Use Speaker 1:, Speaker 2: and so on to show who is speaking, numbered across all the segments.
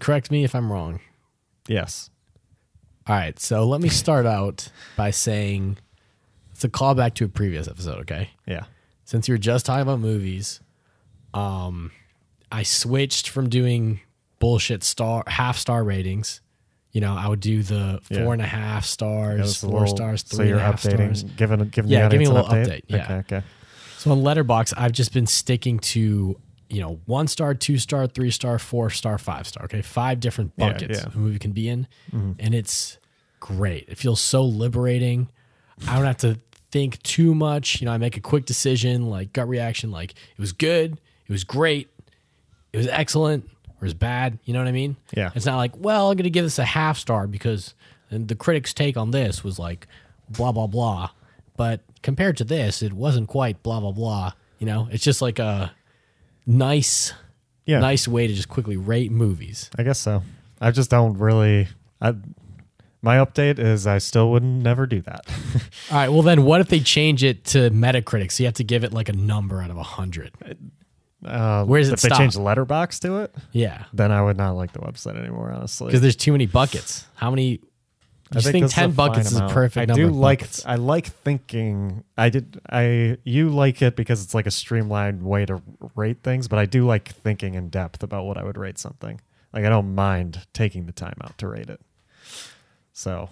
Speaker 1: correct me if I'm wrong.
Speaker 2: Yes.
Speaker 1: All right, so let me start out by saying it's a callback to a previous episode, okay?
Speaker 2: Yeah.
Speaker 1: Since you were just talking about movies, um, I switched from doing bullshit star half star ratings. You know, I would do the
Speaker 2: Yeah.
Speaker 1: four and a half
Speaker 2: Give
Speaker 1: stars,
Speaker 2: us a
Speaker 1: four
Speaker 2: little-
Speaker 1: stars,
Speaker 2: So
Speaker 1: three
Speaker 2: you're
Speaker 1: and a half
Speaker 2: updating,
Speaker 1: stars.
Speaker 2: giving giving the
Speaker 1: Yeah, give me
Speaker 2: audience
Speaker 1: a
Speaker 2: an
Speaker 1: little
Speaker 2: update.
Speaker 1: update, yeah.
Speaker 2: Okay. Okay.
Speaker 1: So on Letterbox, I've just been sticking to you know one star, two star, three star, four star, five star. Okay, five different
Speaker 2: Yeah,
Speaker 1: buckets
Speaker 2: yeah. Mm-hmm.
Speaker 1: a movie can be in, and it's great. It feels so liberating. I don't have to think too much. You know, I make a quick decision, like gut reaction, like it was good, it was great, it was excellent, or it was bad. You know what I mean?
Speaker 2: Yeah.
Speaker 1: It's not like, well, I'm going to give this a half star because the critic's take on this was like blah, blah, blah. But compared to this, it wasn't quite blah, blah, blah. You know, it's just like a nice,
Speaker 2: Yeah.
Speaker 1: nice way to just quickly rate movies.
Speaker 2: I guess so. I just don't really. I my update is I still wouldn't never do that.
Speaker 1: All right. Well, then what if they change it to Metacritic? So you have to give it like a number out of 100.
Speaker 2: Uh,
Speaker 1: Where does it
Speaker 2: if they
Speaker 1: stop?
Speaker 2: change letterbox to it,
Speaker 1: Yeah.
Speaker 2: then I would not like the website anymore. Honestly,
Speaker 1: Because there's too many buckets. How many? I just think,
Speaker 2: this a
Speaker 1: 10 buckets
Speaker 2: fine
Speaker 1: is a
Speaker 2: amount.
Speaker 1: perfect
Speaker 2: I
Speaker 1: number.
Speaker 2: do
Speaker 1: of
Speaker 2: like
Speaker 1: buckets.
Speaker 2: I like thinking I did I you like it because it's like a streamlined way to rate things, but I do like thinking in depth about what I would rate something. Like I don't mind taking the time out to rate it. So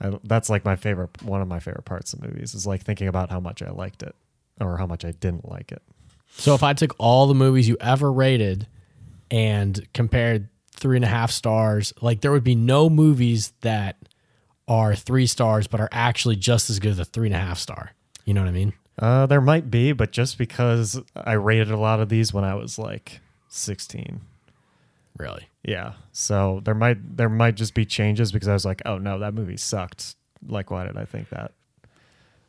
Speaker 2: I, that's like my favorite one of my favorite parts of movies is like thinking about how much I liked it or how much I didn't like it.
Speaker 1: So if I took all the movies you ever rated and compared three and a half stars, like there would be no movies that are three stars but are actually just as good as a three and a half star. You know what I mean?
Speaker 2: Uh, there might be, but just because I rated a lot of these when I was like 16.
Speaker 1: Really?
Speaker 2: Yeah. So there might there might just be changes because I was like, oh no, that movie sucked. Like, why did I think that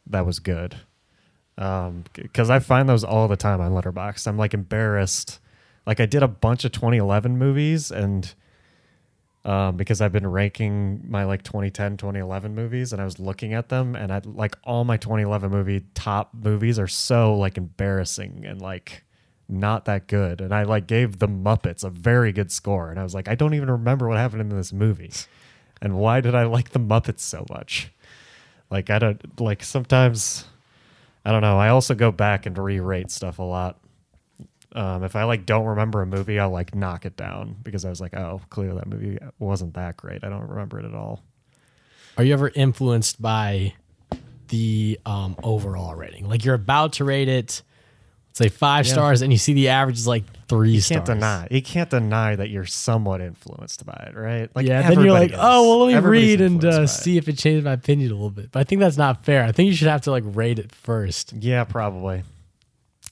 Speaker 2: that was good? Because I find those all the time on Letterboxd. I'm like embarrassed. Like I did a bunch of 2011 movies, and um, because I've been ranking my like 2010, 2011 movies, and I was looking at them, and I like all my 2011 movie top movies are so like embarrassing and like not that good. And I like gave the Muppets a very good score, and I was like, I don't even remember what happened in this movie, and why did I like the Muppets so much? Like I don't like sometimes, I don't know. I also go back and re-rate stuff a lot. Um, if I like don't remember a movie, I'll like knock it down because I was like, oh, clearly that movie wasn't that great. I don't remember it at all.
Speaker 1: Are you ever influenced by the um, overall rating? Like you're about to rate it, let's say five stars, and you see the average is like three
Speaker 2: You
Speaker 1: stars.
Speaker 2: can't deny. You can't deny that you're somewhat influenced by it, right? Like
Speaker 1: yeah, then you're
Speaker 2: everybody
Speaker 1: like,
Speaker 2: is.
Speaker 1: oh well, let me
Speaker 2: Everybody's
Speaker 1: read and
Speaker 2: influenced by
Speaker 1: uh,
Speaker 2: it.
Speaker 1: see if it changed my opinion a little bit. But I think that's not fair. I think you should have to like rate it first.
Speaker 2: Yeah, probably.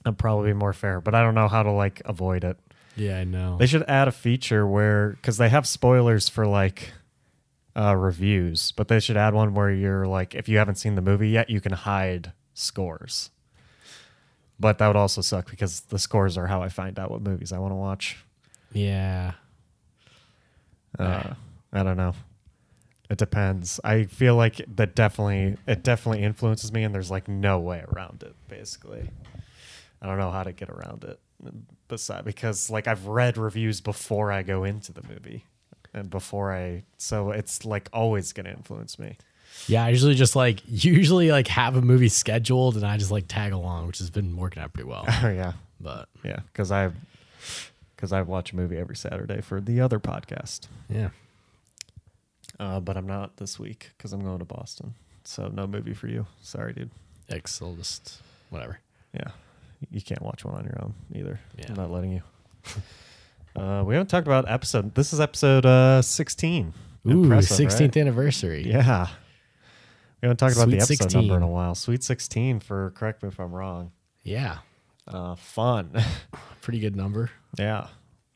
Speaker 2: I'd probably be more fair, but I don't know how to like avoid it.
Speaker 1: Yeah, I know.
Speaker 2: They should add a feature where because they have spoilers for like uh, reviews, but they should add one where you're like, if you haven't seen the movie yet, you can hide scores. But that would also suck because the scores are how I find out what movies I want to watch.
Speaker 1: Yeah.
Speaker 2: Uh, I don't know. It depends. I feel like that definitely it definitely influences me, and there's like no way around it. Basically, I don't know how to get around it. Besides, because like I've read reviews before I go into the movie, and before I, so it's like always gonna influence me.
Speaker 1: Yeah, I usually just like usually like have a movie scheduled and I just like tag along, which has been working out pretty well.
Speaker 2: Oh yeah,
Speaker 1: But
Speaker 2: yeah, because I, because I watch a movie every Saturday for the other podcast.
Speaker 1: yeah.
Speaker 2: Uh, but I'm not this week because I'm going to Boston. So no movie for you. Sorry, dude.
Speaker 1: Excel just whatever.
Speaker 2: Yeah. You can't watch one on your own either.
Speaker 1: Yeah.
Speaker 2: I'm not letting you. uh, we haven't talked about episode. This is episode uh, 16.
Speaker 1: Ooh,
Speaker 2: Impressive, right?
Speaker 1: 16th anniversary.
Speaker 2: Yeah. We haven't talked about the
Speaker 1: Sweet
Speaker 2: episode number
Speaker 1: 16.
Speaker 2: in a while. Sweet 16 for, correct me if I'm wrong.
Speaker 1: Yeah.
Speaker 2: Uh, fun.
Speaker 1: Pretty good number.
Speaker 2: yeah.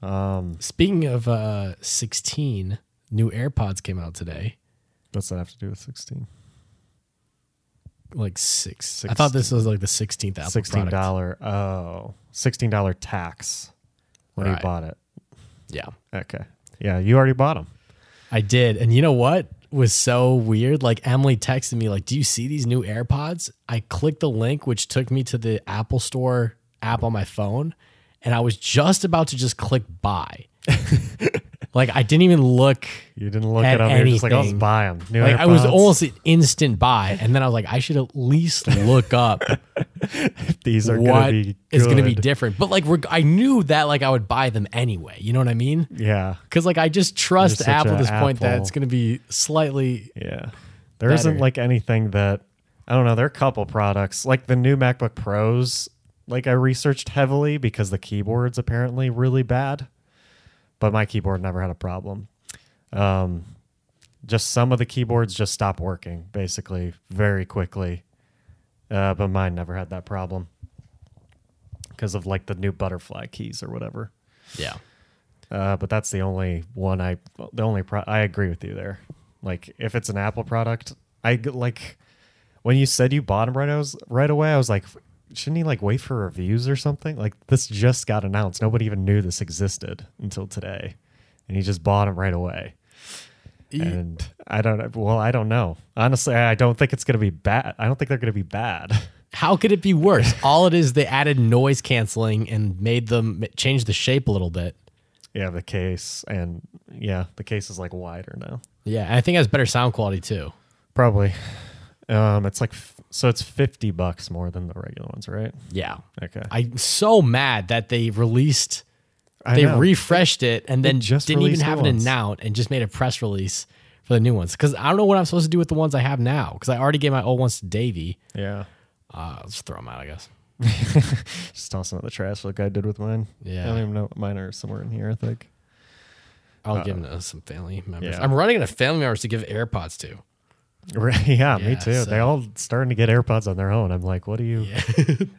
Speaker 2: Um,
Speaker 1: Speaking of uh 16, new AirPods came out today.
Speaker 2: what's that have to do with 16?
Speaker 1: Like six. I thought this was like the 16th Apple
Speaker 2: $16.
Speaker 1: product.
Speaker 2: Oh, $16 tax when
Speaker 1: Right.
Speaker 2: you bought it.
Speaker 1: Yeah.
Speaker 2: Okay. Yeah. You already bought them.
Speaker 1: I did. And you know what was so weird? Like Emily texted me like, "Do you see these new AirPods?" I clicked the link which took me to the Apple Store app on my phone, and I was just about to just click buy. Like I didn't even look.
Speaker 2: You didn't look
Speaker 1: Had
Speaker 2: it up. You're just like, I'll just
Speaker 1: anything.
Speaker 2: buy them. New
Speaker 1: Like I was
Speaker 2: AirPods.
Speaker 1: almost an instant buy, and then I was like, I should at least look up
Speaker 2: These are
Speaker 1: what
Speaker 2: gonna
Speaker 1: is
Speaker 2: be
Speaker 1: going to be
Speaker 2: good.
Speaker 1: different. But like, reg- I knew that like I would buy them anyway. You know what I mean?
Speaker 2: yeah,
Speaker 1: Because like I just trust
Speaker 2: You're such
Speaker 1: Apple
Speaker 2: a
Speaker 1: at this point that
Speaker 2: Apple-
Speaker 1: it's going to be slightly.
Speaker 2: yeah. There not
Speaker 1: Better.
Speaker 2: like anything that I don't know. There are a couple products like the new MacBook Pros. Like I researched heavily because the keyboard's apparently really bad, but my keyboard never had a problem. Um, just some of the keyboards just stop working basically very quickly, uh, but mine never had that problem because of like the new butterfly keys or whatever.
Speaker 1: Yeah.
Speaker 2: Uh, but that's the only one I the only pro- I agree with you there. Like if it's an Apple product, I g- like when you said you bought them right, I was, right away. I was like, shouldn't he like wait for reviews or something? Like this just got announced. Nobody even knew this existed until today, and he just bought them right away. And I don't. Well, I don't know. Honestly, I don't think it's gonna be bad. I don't think they're gonna be bad.
Speaker 1: How could it be worse? All it is, they added noise canceling and made them change the shape a little bit.
Speaker 2: yeah, the case and yeah, the case is like wider now.
Speaker 1: Yeah, and I think it has better sound quality too.
Speaker 2: Probably. Um, it's like f- so it's fifty bucks more than the regular ones, right?
Speaker 1: Yeah.
Speaker 2: Okay.
Speaker 1: I'm so mad that they released,
Speaker 2: I
Speaker 1: Uh, they
Speaker 2: know.
Speaker 1: refreshed it, and then
Speaker 2: just
Speaker 1: didn't even
Speaker 2: released new
Speaker 1: have an
Speaker 2: ones.
Speaker 1: announce and just made a press release for the new ones. Because I don't know what I'm supposed to do with the ones I have now. Because I already gave my old ones to Davey.
Speaker 2: yeah.
Speaker 1: Uh, let's throw them out, I guess.
Speaker 2: Just toss them out the trash like I did with mine. I
Speaker 1: Yeah.
Speaker 2: don't even know. Mine are somewhere in here, I think.
Speaker 1: I'll give them to some family members.
Speaker 2: Uh, yeah.
Speaker 1: I'm running out of family members to give AirPods to.
Speaker 2: Right. Yeah, me
Speaker 1: Yeah,
Speaker 2: too. They
Speaker 1: so-
Speaker 2: all starting to get AirPods on their own. I'm like, what do you?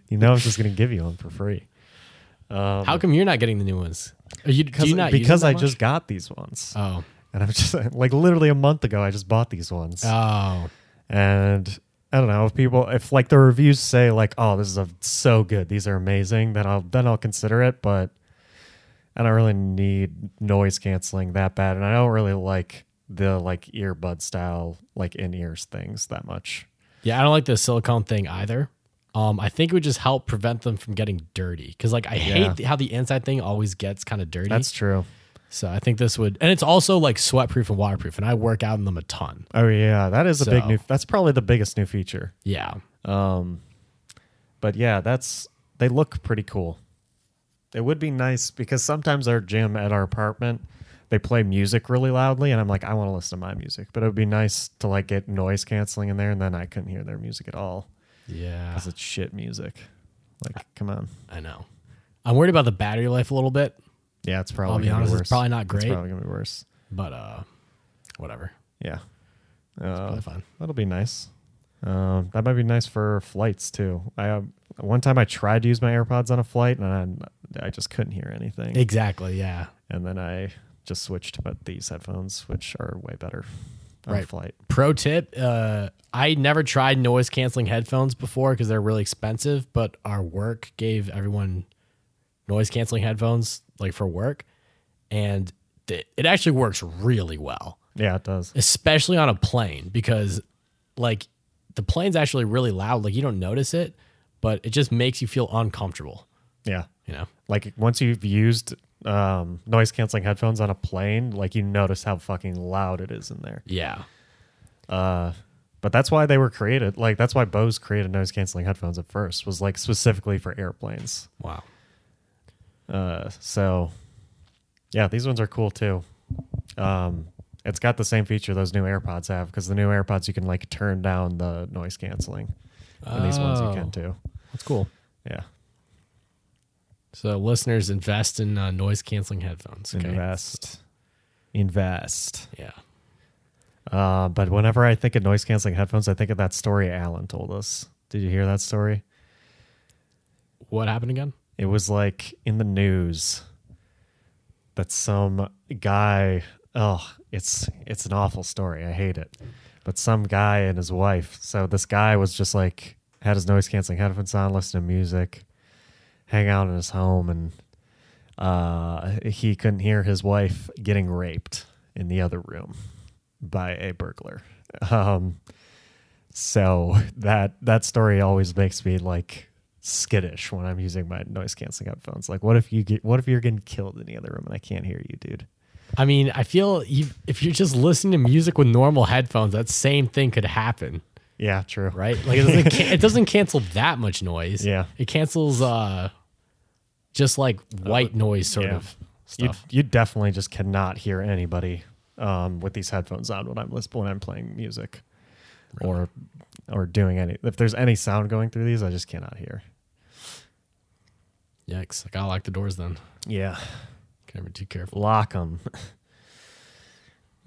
Speaker 2: you know, I'm just gonna give you one for free.
Speaker 1: How come you're not getting the new ones? Are you, do
Speaker 2: Because
Speaker 1: you not use
Speaker 2: because
Speaker 1: them
Speaker 2: I
Speaker 1: that
Speaker 2: just got these ones,
Speaker 1: much? Oh.
Speaker 2: and I'm just like literally a month ago, I just bought these ones.
Speaker 1: Oh.
Speaker 2: and I don't know if people if like the reviews say like oh this is a, so good these are amazing then I'll then I'll consider it but I don't really need noise canceling that bad and I don't really like the like earbud style like in ears things that much
Speaker 1: Yeah, I don't like the silicone thing either. Um, I think it would just help prevent them from getting dirty because, like, I
Speaker 2: Yeah.
Speaker 1: hate how the inside thing always gets kind of dirty.
Speaker 2: that's true
Speaker 1: so I think this would, and it's also like sweat proof and waterproof, and I work out in them a ton.
Speaker 2: oh yeah that is a big
Speaker 1: So-
Speaker 2: new that's probably the biggest new feature
Speaker 1: Yeah,
Speaker 2: but yeah that's they look pretty cool it would be nice because sometimes our gym at our apartment they play music really loudly and i'm like i want to listen to my music but it would be nice to like get noise canceling in there and then i couldn't hear their music at all
Speaker 1: yeah,
Speaker 2: because it's shit music like come on
Speaker 1: I know. I'm worried about the battery life a little bit,
Speaker 2: yeah it's probably
Speaker 1: I'll be
Speaker 2: gonna
Speaker 1: honest,
Speaker 2: be
Speaker 1: it's
Speaker 2: worse
Speaker 1: probably not
Speaker 2: it's
Speaker 1: great.
Speaker 2: probably gonna be worse
Speaker 1: but uh, whatever,
Speaker 2: yeah
Speaker 1: probably
Speaker 2: uh,
Speaker 1: fine.
Speaker 2: that'll be nice um, that might be nice for flights too i um, one time i tried to use my airpods on a flight and i, I just couldn't hear anything
Speaker 1: Exactly. Yeah,
Speaker 2: and then I just switched but these headphones, which are way better on
Speaker 1: Right.
Speaker 2: flight.
Speaker 1: Pro tip: uh, I never tried noise canceling headphones before because they're really expensive. But our work gave everyone noise canceling headphones, like for work, and th- it actually works really well,
Speaker 2: Yeah, it does.
Speaker 1: especially on a plane because, like, the plane's actually really loud. Like you don't notice it, but it just makes you feel uncomfortable.
Speaker 2: Yeah,
Speaker 1: You know?
Speaker 2: like once you've used um, noise canceling headphones on a plane, like you notice how fucking loud it is in there.
Speaker 1: Yeah.
Speaker 2: Uh, but that's why they were created. Like that's why Bose created noise canceling headphones at first was like specifically for airplanes.
Speaker 1: Wow.
Speaker 2: Uh, so yeah, these ones are cool too. Um, it's got the same feature those new AirPods have because the new AirPods you can like turn down the noise canceling, and these ones you
Speaker 1: Oh.
Speaker 2: can too.
Speaker 1: That's cool.
Speaker 2: Yeah.
Speaker 1: So listeners, invest in uh, noise canceling headphones. Okay?
Speaker 2: Invest. Invest.
Speaker 1: Yeah.
Speaker 2: Uh, but whenever I think of noise canceling headphones, I think of that story Alan told us. Did you hear that story?
Speaker 1: What happened again?
Speaker 2: It was like in the news that some guy, oh, it's it's an awful story. I hate it. But some guy and his wife. So this guy was just like had his noise canceling headphones on, listen to music, hang out in his home, and uh, he couldn't hear his wife getting raped in the other room by a burglar. Um, so that that story always makes me like skittish when I'm using my noise canceling headphones. Like, what if you get? What if you're getting killed in the other room and I can't hear you, dude?
Speaker 1: I mean, I feel you, if you're just listening to music with normal headphones, that same thing could happen,
Speaker 2: Yeah, true.
Speaker 1: right? Like it doesn't, can- it doesn't cancel that much noise.
Speaker 2: Yeah.
Speaker 1: it cancels uh, just like white noise sort
Speaker 2: Uh, yeah.
Speaker 1: of
Speaker 2: You,
Speaker 1: stuff.
Speaker 2: you definitely just cannot hear anybody um, with these headphones on when I'm lis- when I'm playing music, or or doing any. If there's any sound going through these, I just cannot hear.
Speaker 1: Yikes! I gotta lock the doors then.
Speaker 2: Yeah,
Speaker 1: Can never be too careful.
Speaker 2: lock them.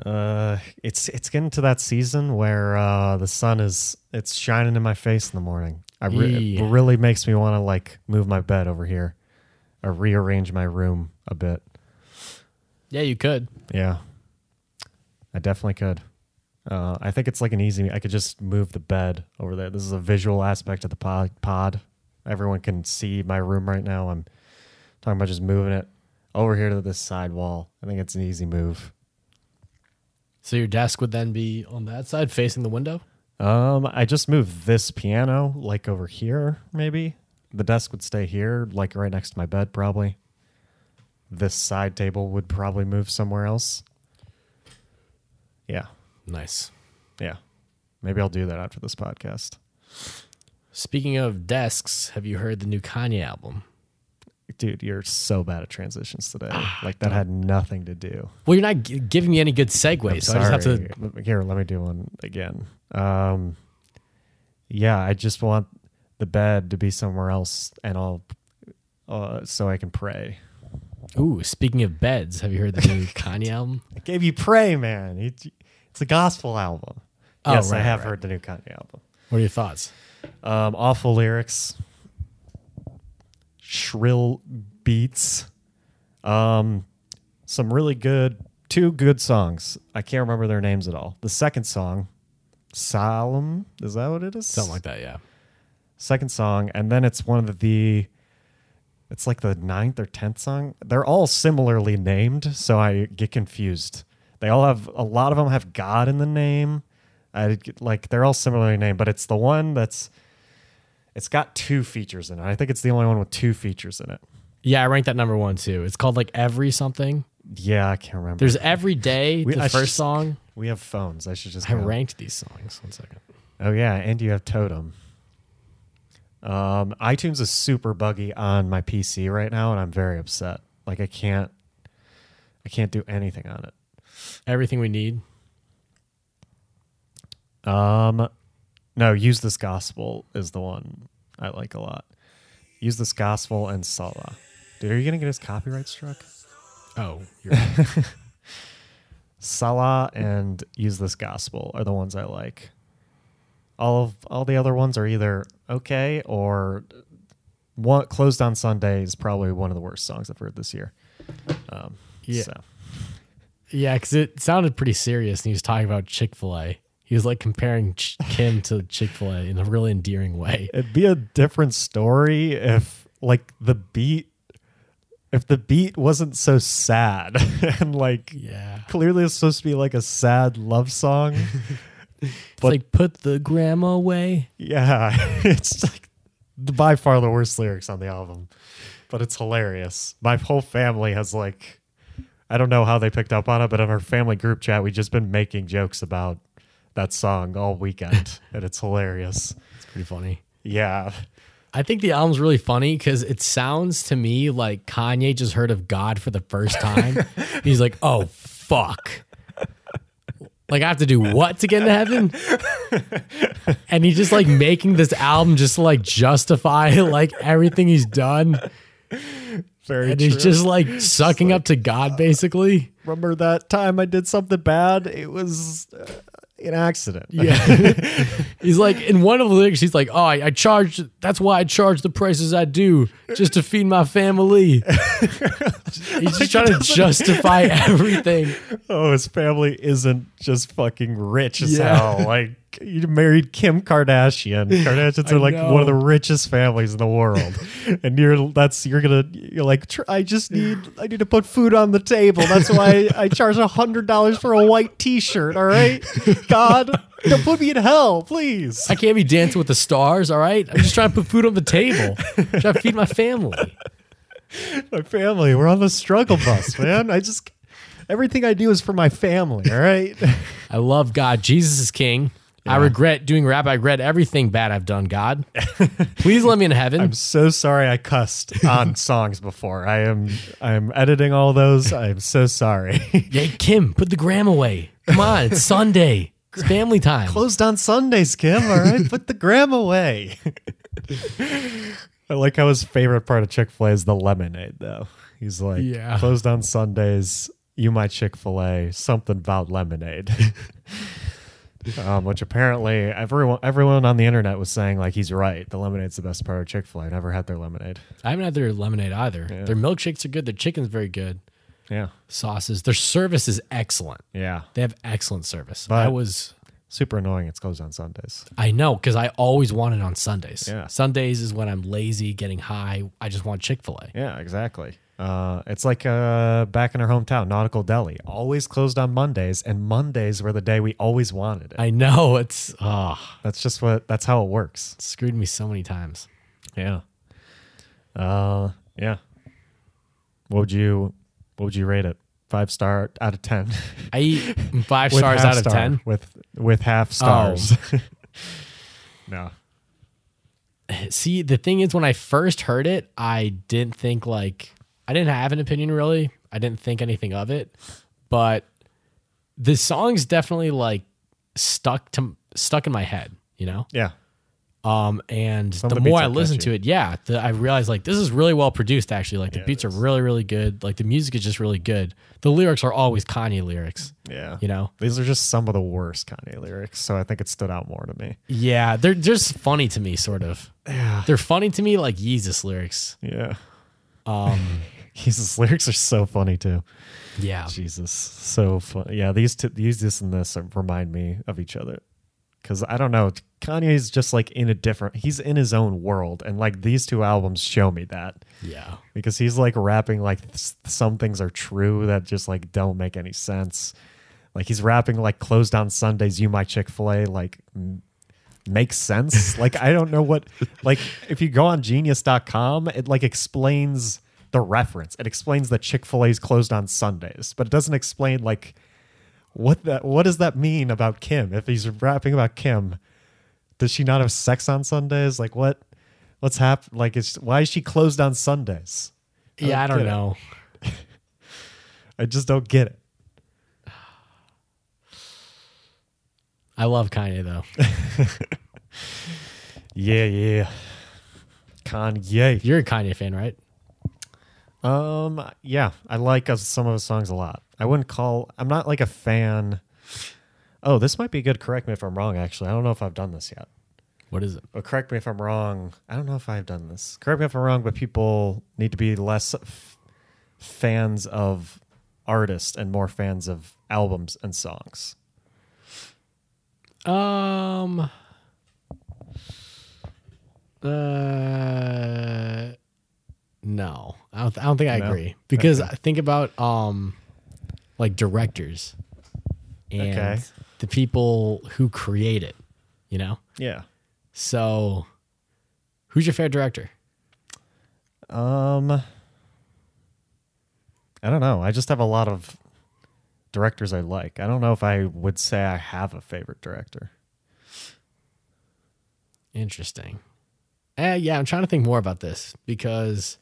Speaker 2: Uh, it's it's getting to that season where uh, the sun is it's shining in my face in the morning. I re- it
Speaker 1: Yeah.
Speaker 2: really makes me want to like move my bed over here, or rearrange my room a bit.
Speaker 1: Yeah, you could.
Speaker 2: Yeah, I definitely could. Uh, I think it's like an easy. I could just move the bed over there. This is a visual aspect of the pod. pod. Everyone can see my room right now. I'm talking about just moving it over here to this side wall. I think it's an easy move.
Speaker 1: So your desk would then be on that side, facing the window.
Speaker 2: Um, I just moved this piano like over here, maybe. The desk would stay here, like right next to my bed, probably. This side table would probably move somewhere else. Yeah,
Speaker 1: Nice.
Speaker 2: yeah. Maybe I'll do that after this podcast.
Speaker 1: Speaking of desks, have you heard the new Kanye album?
Speaker 2: Dude, you're so bad at transitions today.
Speaker 1: Ah,
Speaker 2: like that had nothing to do.
Speaker 1: Well, you're not g- giving me any good segues,
Speaker 2: I'm
Speaker 1: so I just have to.
Speaker 2: Let me- Here, let me do one again. Um, yeah, I just want the bed to be somewhere else, and I'll uh, so I can pray.
Speaker 1: Ooh, speaking of beds, have you heard the new Kanye album?
Speaker 2: I gave you pray, man. It's it's a gospel album.
Speaker 1: Oh,
Speaker 2: yes, I
Speaker 1: right,
Speaker 2: have
Speaker 1: right.
Speaker 2: heard the new Kanye album.
Speaker 1: What are your thoughts?
Speaker 2: Um, awful lyrics, shrill beats, um, some really good, two good songs. I can't remember their names at all. The second song, Solemn, is that what it is?
Speaker 1: Something like that, yeah.
Speaker 2: second song, and then it's one of the it's like the ninth or tenth song. They're all similarly named, so I get confused. They all have a lot of them have God in the name. I get- like they're all similarly named, but it's the one that's it's got two features in it. I think it's the only one with two features in it.
Speaker 1: Yeah, I ranked that number one too. It's called like Every Something.
Speaker 2: Yeah, I can't remember.
Speaker 1: There's Every Day,
Speaker 2: We-
Speaker 1: the
Speaker 2: I should-
Speaker 1: first song.
Speaker 2: we have phones. I should just
Speaker 1: I
Speaker 2: go.
Speaker 1: ranked these songs. One second.
Speaker 2: Oh yeah, and you have Totem. Um, iTunes is super buggy on my PC right now, and I'm very upset. Like I can't, I can't do anything on it.
Speaker 1: Everything We Need.
Speaker 2: Um, no, use this gospel is the one I like a lot. Use this gospel and Salah. Dude, are you gonna get his copyright struck?
Speaker 1: Oh, you're right.
Speaker 2: Salah and Use This Gospel are the ones I like. All of all the other ones are either okay or one, Closed on Sunday is probably one of the worst songs I've heard this year. Um,
Speaker 1: Yeah.
Speaker 2: so.
Speaker 1: yeah, because it sounded pretty serious, and he was talking about Chick Fil A. He was like comparing Ch- Kim to Chick Fil A in a really endearing way.
Speaker 2: It'd be a different story if like the beat if the beat wasn't so sad and like
Speaker 1: Yeah,
Speaker 2: clearly it's supposed to be like a sad love song.
Speaker 1: it's like put the grandma away.
Speaker 2: Yeah, it's like the- by far the worst lyrics on the album, but it's hilarious. My whole family has like, I don't know how they picked up on it, but in our family group chat, we've just been making jokes about that song all weekend, and it's hilarious.
Speaker 1: It's pretty funny.
Speaker 2: Yeah,
Speaker 1: I think the album's really funny because it sounds to me like Kanye just heard of God for the first time. He's like, oh, fuck. Like, I have to do what to get into heaven? And he's just like making this album just to like justify like everything he's done.
Speaker 2: very
Speaker 1: And
Speaker 2: true.
Speaker 1: he's just like sucking up to God basically.
Speaker 2: Remember that time I did something bad? It was uh, an accident.
Speaker 1: Yeah. he's like, in one of the lyrics, he's like, oh, I, I charge, that's why I charge the prices I do, just to feed my family. he's just trying to justify everything.
Speaker 2: Oh, his family isn't just fucking rich as
Speaker 1: Yeah.
Speaker 2: hell. Like you married Kim Kardashian. Kardashians are like
Speaker 1: know.
Speaker 2: one of the richest families in the world, and you're that's you're gonna you're like "Tr- I just need I need to put food on the table. That's why I, charge a hundred dollars for a white T-shirt. All right, God, don't put me in hell, please.
Speaker 1: I can't be dancing with the stars, all right? I'm just trying to put food on the table, trying to feed my family.
Speaker 2: My family, we're on the struggle bus, man. I just Everything I do is for my family. All right.
Speaker 1: I love God. Jesus is king. I regret doing rap. I regret everything bad I've done, God. Please let me in heaven.
Speaker 2: I'm so sorry I cussed on songs before. I am I am editing all those. I'm so sorry.
Speaker 1: yeah, Kim, put the gram away. Come on, it's Sunday. It's family time.
Speaker 2: Closed on Sundays, Kim. All right, put the gram away. I like how his favorite part of Chick Fil A is the lemonade, though. He's like,
Speaker 1: Yeah.
Speaker 2: closed on Sundays. You my Chick Fil A. Something about lemonade. Um, which apparently everyone everyone on the internet was saying like he's right. The lemonade's the best part of Chick Fil A. Never had their lemonade.
Speaker 1: I haven't had their lemonade either. Their milkshakes are good. Their chicken's very good.
Speaker 2: Yeah,
Speaker 1: Sauces. Their service is excellent.
Speaker 2: yeah.
Speaker 1: They have excellent service.
Speaker 2: But-
Speaker 1: I was,
Speaker 2: Super annoying. It's closed on Sundays.
Speaker 1: I know, because I always want it on Sundays.
Speaker 2: Yeah.
Speaker 1: Sundays is when I'm lazy, getting high. I just want Chick fil A.
Speaker 2: Yeah, exactly. Uh, it's like uh, back in our hometown, Nautical Deli, always closed on Mondays, and Mondays were the day we always wanted it.
Speaker 1: I know it's, ah,
Speaker 2: that's just what. That's how it works.
Speaker 1: it screwed me so many times.
Speaker 2: Yeah. Uh, yeah. What would you? What would you rate it? Five star out of ten.
Speaker 1: I eat five
Speaker 2: With
Speaker 1: stars
Speaker 2: half
Speaker 1: out of
Speaker 2: star,
Speaker 1: 10.
Speaker 2: With with half stars. no.
Speaker 1: See, the thing is, when I first heard it, I didn't think like I didn't have an opinion really. I didn't think anything of it, but the song's definitely like stuck to stuck in my head, you know.
Speaker 2: Yeah.
Speaker 1: Um, and
Speaker 2: of
Speaker 1: the
Speaker 2: the beats
Speaker 1: more I
Speaker 2: are
Speaker 1: listen
Speaker 2: catchy.
Speaker 1: to it, yeah, the, I realized like this is really well produced. Actually, like the
Speaker 2: it
Speaker 1: beats are really, really good. Like the music is just really good. The lyrics are always Kanye lyrics,
Speaker 2: Yeah.
Speaker 1: you know.
Speaker 2: These are just some of the worst Kanye lyrics, so I think it stood out more to me.
Speaker 1: Yeah, they're just funny to me, sort of.
Speaker 2: Yeah.
Speaker 1: They're funny to me, like Yeezus lyrics.
Speaker 2: Yeah.
Speaker 1: Um,
Speaker 2: Jesus lyrics are so funny too.
Speaker 1: yeah,
Speaker 2: Jesus, so fun. Yeah, these two, these this and this remind me of each other. Cause I don't know, Kanye's just like in a different. He's in his own world, and like these two albums show me that
Speaker 1: yeah.
Speaker 2: because he's like rapping like s- some things are true that just like don't make any sense. Like he's rapping like closed on Sundays, you my Chick Fil A, like m- makes sense. like I don't know what like if you go on Genius.com, it like explains the reference. It explains that Chick Fil A is closed on Sundays, but it doesn't explain like what that what does that mean about Kim if he's rapping about Kim does she not have sex on Sundays? Like what? What's happened? Like it's why is she closed on Sundays?
Speaker 1: Yeah, I don't
Speaker 2: Okay.
Speaker 1: know.
Speaker 2: I just don't get it.
Speaker 1: I love Kanye though.
Speaker 2: Yeah, yeah. Kanye.
Speaker 1: You're a Kanye fan, right?
Speaker 2: Um, yeah, I like us- some of his songs a lot. I wouldn't call. I'm not like a fan. Oh, this might be good. Correct me if I'm wrong. Actually, I don't know if I've done this yet.
Speaker 1: What is it?
Speaker 2: But correct me if I'm wrong. I don't know if I've done this. Correct me if I'm wrong. But people need to be less f- fans of artists and more fans of albums and songs.
Speaker 1: Um. Uh. No, I don't. I don't think I
Speaker 2: No?
Speaker 1: agree because I think about um, like directors, and
Speaker 2: Okay.
Speaker 1: the people who create it. You know,
Speaker 2: Yeah.
Speaker 1: so who's your favorite director?
Speaker 2: Um, I don't know. I just have a lot of directors I like. I don't know if I would say I have a favorite director.
Speaker 1: Interesting. Eh, yeah, I'm trying to think more about this because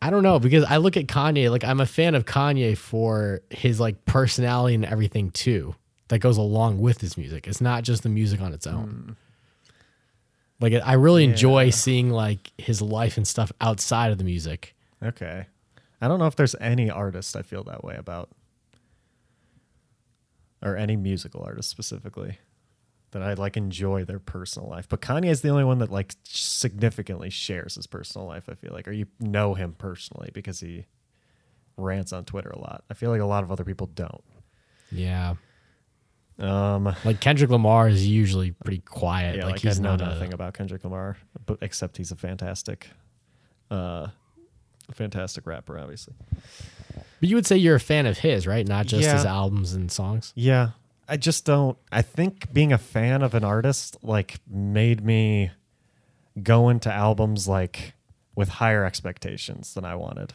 Speaker 1: I don't know because I look at Kanye like I'm a fan of Kanye for his like personality and everything too that goes along with his music. It's not just the music on its
Speaker 2: Hmm.
Speaker 1: own. Like I really enjoy seeing like his life and stuff outside of the music.
Speaker 2: Okay. I don't know if there's any artist I feel that way about, or any musical artist specifically, that I like enjoy their personal life. But Kanye is the only one that like significantly shares his personal life. I feel like, or you know him personally because he rants on Twitter a lot. I feel like a lot of other people don't.
Speaker 1: Yeah.
Speaker 2: Um,
Speaker 1: Like Kendrick Lamar is usually pretty quiet.
Speaker 2: Yeah,
Speaker 1: like,
Speaker 2: like,
Speaker 1: he's
Speaker 2: I know
Speaker 1: not a-
Speaker 2: nothing about Kendrick Lamar, but except he's a fantastic, uh, fantastic rapper, obviously.
Speaker 1: But you would say you're a fan of his, right? Not just his
Speaker 2: Yeah.
Speaker 1: albums and songs.
Speaker 2: Yeah, I just don't. I think being a fan of an artist like made me go into albums like with higher expectations than I wanted.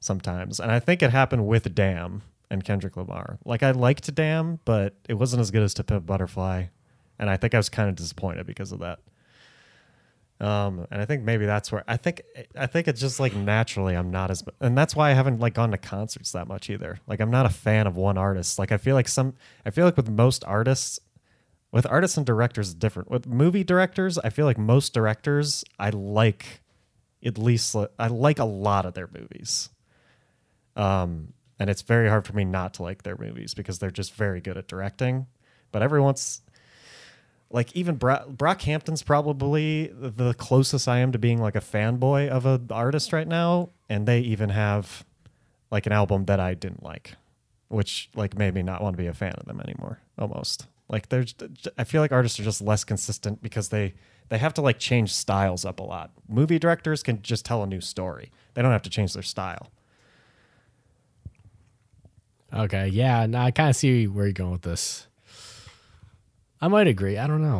Speaker 2: sometimes. And I think it happened with Damn and Kendrick Lamar. Like I liked Damn, but it wasn't as good as To Pimp Butterfly, and I think I was kind of disappointed because of that. Um, and I think maybe that's where I think I think it's just like naturally I'm not as and that's why I haven't like gone to concerts that much either. Like I'm not a fan of one artist. Like I feel like some I feel like with most artists with artists and directors it's different. With movie directors, I feel like most directors I like at least I like a lot of their movies. Um, and it's very hard for me not to like their movies because they're just very good at directing. But every once, like even Bra- Brock Hampton's probably the closest I am to being like a fanboy of an artist right now, and they even have like an album that I didn't like, which like made me not want to be a fan of them anymore. Almost like there's, I feel like artists are just less consistent because they they have to like change styles up a lot. Movie directors can just tell a new story; they don't have to change their style.
Speaker 1: Okay, yeah, no, I kind of see where you're going with this. I might agree. I don't know.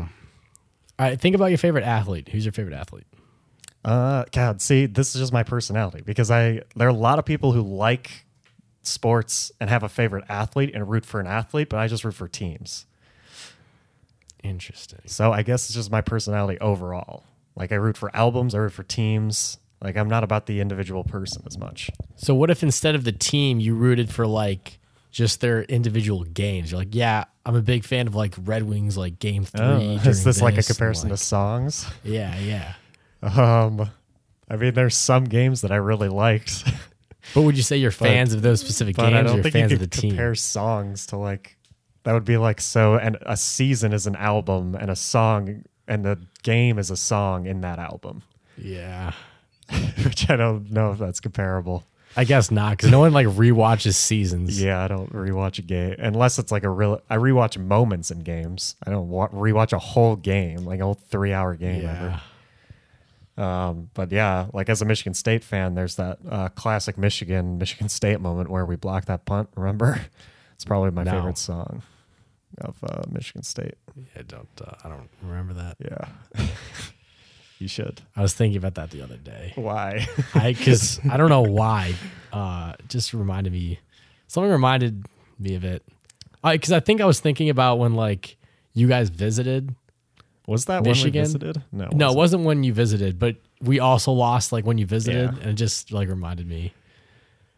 Speaker 1: All right, think about your favorite athlete. Who's your favorite athlete?
Speaker 2: Uh, God, see, this is just my personality because I there are a lot of people who like sports and have a favorite athlete and root for an athlete, but I just root for teams.
Speaker 1: Interesting.
Speaker 2: So I guess it's just my personality overall. Like I root for albums, I root for teams. Like I'm not about the individual person as much.
Speaker 1: So what if instead of the team, you rooted for like just their individual games? You're like, yeah, I'm a big fan of like Red Wings, like Game Three.
Speaker 2: Oh,
Speaker 1: during
Speaker 2: is this like a
Speaker 1: and,
Speaker 2: comparison
Speaker 1: like-
Speaker 2: to songs?
Speaker 1: Yeah, yeah.
Speaker 2: Um, I mean, there's some games that I really liked,
Speaker 1: But would you say you're fans of those specific
Speaker 2: but
Speaker 1: games?
Speaker 2: I
Speaker 1: or
Speaker 2: don't
Speaker 1: you're
Speaker 2: think you
Speaker 1: fans of the
Speaker 2: could
Speaker 1: team.
Speaker 2: compare songs to like that would be like so. And a season is an album, and a song and the game is a song in that album,
Speaker 1: yeah,
Speaker 2: which I don't know if that's comparable.
Speaker 1: I guess not because no one like rewatches seasons.
Speaker 2: Yeah, I don't rewatch a game unless it's like a real. I rewatch moments in games. I don't wa- rewatch a whole game, like a whole three-hour game
Speaker 1: yeah.
Speaker 2: ever. Um, but yeah, like as a Michigan State fan, there's that uh, classic Michigan Michigan State moment where we blocked that punt. Remember? It's probably my
Speaker 1: No.
Speaker 2: favorite song of uh, Michigan State.
Speaker 1: I don't. Uh, I don't remember that.
Speaker 2: Yeah, you should.
Speaker 1: I was thinking about that the other day.
Speaker 2: Why?
Speaker 1: I because I don't know why. Uh, just reminded me. Something reminded me of it. I because I think I was thinking about when like you guys visited.
Speaker 2: was that
Speaker 1: Michigan?
Speaker 2: when we visited? No,
Speaker 1: No, it
Speaker 2: wasn't.
Speaker 1: wasn't when you visited, but we also lost like when you visited,
Speaker 2: Yeah.
Speaker 1: and it just like reminded me.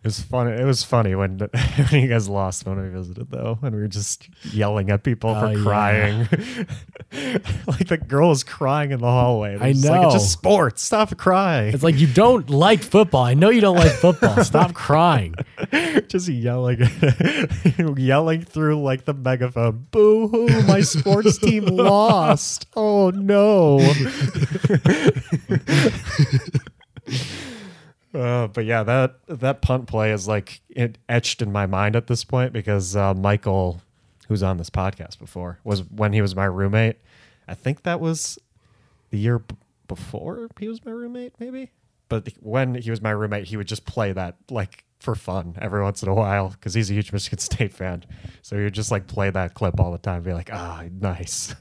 Speaker 2: It was funny. It was funny when, when you guys lost when we visited, though, and we were just yelling at people
Speaker 1: Oh,
Speaker 2: for
Speaker 1: yeah.
Speaker 2: crying. like the girl was crying in the hallway. They're
Speaker 1: I
Speaker 2: just Like, it's
Speaker 1: know.
Speaker 2: just sports. Stop crying.
Speaker 1: It's like you don't like football. I know you don't like football. Stop crying.
Speaker 2: just yelling, yelling through like the megaphone. Boo hoo! My sports team lost. Oh no. Uh, but yeah, that that punt play is like it etched in my mind at this point because uh, Michael, who's on this podcast before, was when he was my roommate. I think that was the year b- before he was my roommate, maybe. But when he was my roommate, he would just play that like for fun every once in a while because he's a huge Michigan State fan. So he would just like play that clip all the time, be like, ah, nice.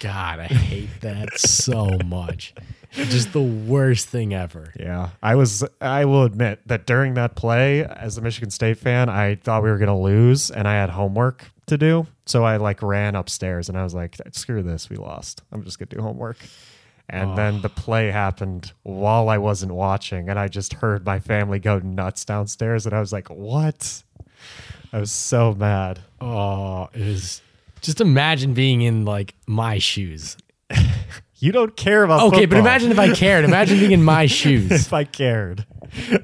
Speaker 1: God, I hate that so much. Just the worst thing ever.
Speaker 2: Yeah, I was. I will admit that during that play, as a Michigan State fan, I thought we were gonna lose, and I had homework to do. So I like ran upstairs, and I was like, "Screw this, we lost. I'm just gonna do homework." And then
Speaker 1: Ah.
Speaker 2: the play happened while I wasn't watching, and I just heard my family go nuts downstairs, and I was like, "What?" I was so mad.
Speaker 1: Oh, it was. Just imagine being in like my shoes.
Speaker 2: You don't care about
Speaker 1: Okay, but
Speaker 2: football.
Speaker 1: imagine if I cared. Imagine being in my shoes.
Speaker 2: if I cared.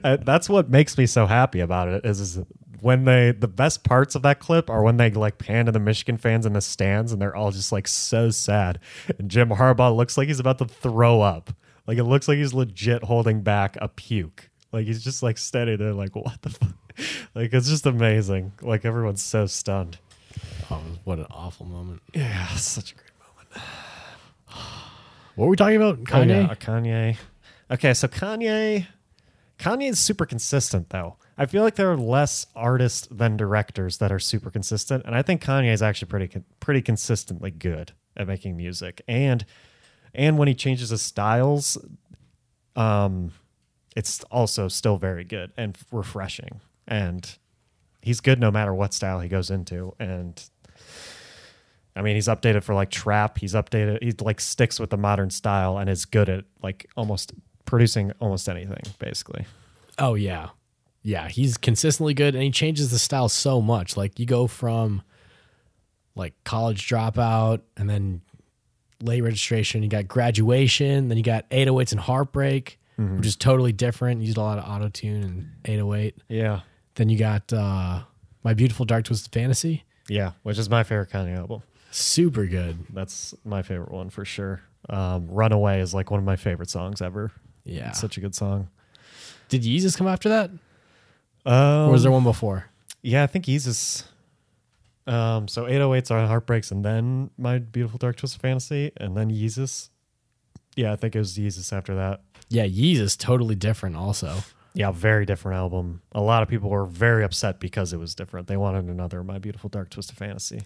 Speaker 2: Uh, That's what makes me so happy about it is, is when they the best parts of that clip are when they like pan to the Michigan fans in the stands and they're all just like so sad. And Jim Harbaugh looks like he's about to throw up. Like it looks like he's legit holding back a puke. Like he's just like standing there like what the fuck? Like it's just amazing. Like everyone's so stunned.
Speaker 1: Oh, what an awful moment.
Speaker 2: Yeah, such a great moment.
Speaker 1: What were we talking about?
Speaker 2: Oh,
Speaker 1: Kanye?
Speaker 2: yeah, Kanye. Okay, so Kanye Kanye's super consistent though. I feel like there are less artists than directors that are super consistent, and I think Kanye is actually pretty con- pretty consistently good at making music. And and when he changes his styles, um, it's also still very good and refreshing. And he's good no matter what style he goes into. And I mean, he's updated for like trap. He's updated. He like sticks with the modern style and is good at like almost producing almost anything, basically.
Speaker 1: Oh yeah. Yeah, he's consistently good and he changes the style so much. Like you go from like college dropout and then late registration, you got graduation, then you got 808s and heartbreak, which is totally different. Used a lot of auto tune and 808.
Speaker 2: Yeah,
Speaker 1: Then you got uh My Beautiful Dark Twisted Fantasy.
Speaker 2: yeah, which is my favorite Kanye album.
Speaker 1: Super good.
Speaker 2: That's my favorite one for sure. Um, Runaway is like one of my favorite songs ever.
Speaker 1: Yeah.
Speaker 2: It's such a good song.
Speaker 1: Did Yeezus come after that?
Speaker 2: Um,
Speaker 1: Or was there one before?
Speaker 2: Yeah, I think he's just. Um, so 808s are Heartbreaks, and then My Beautiful Dark Twisted Fantasy, and then Yeezus. Yeah, I think it was Yeezus after that.
Speaker 1: Yeah, Yeezus totally different also.
Speaker 2: Yeah, very different album. A lot of people were very upset because it was different. They wanted another My Beautiful Dark Twisted Fantasy.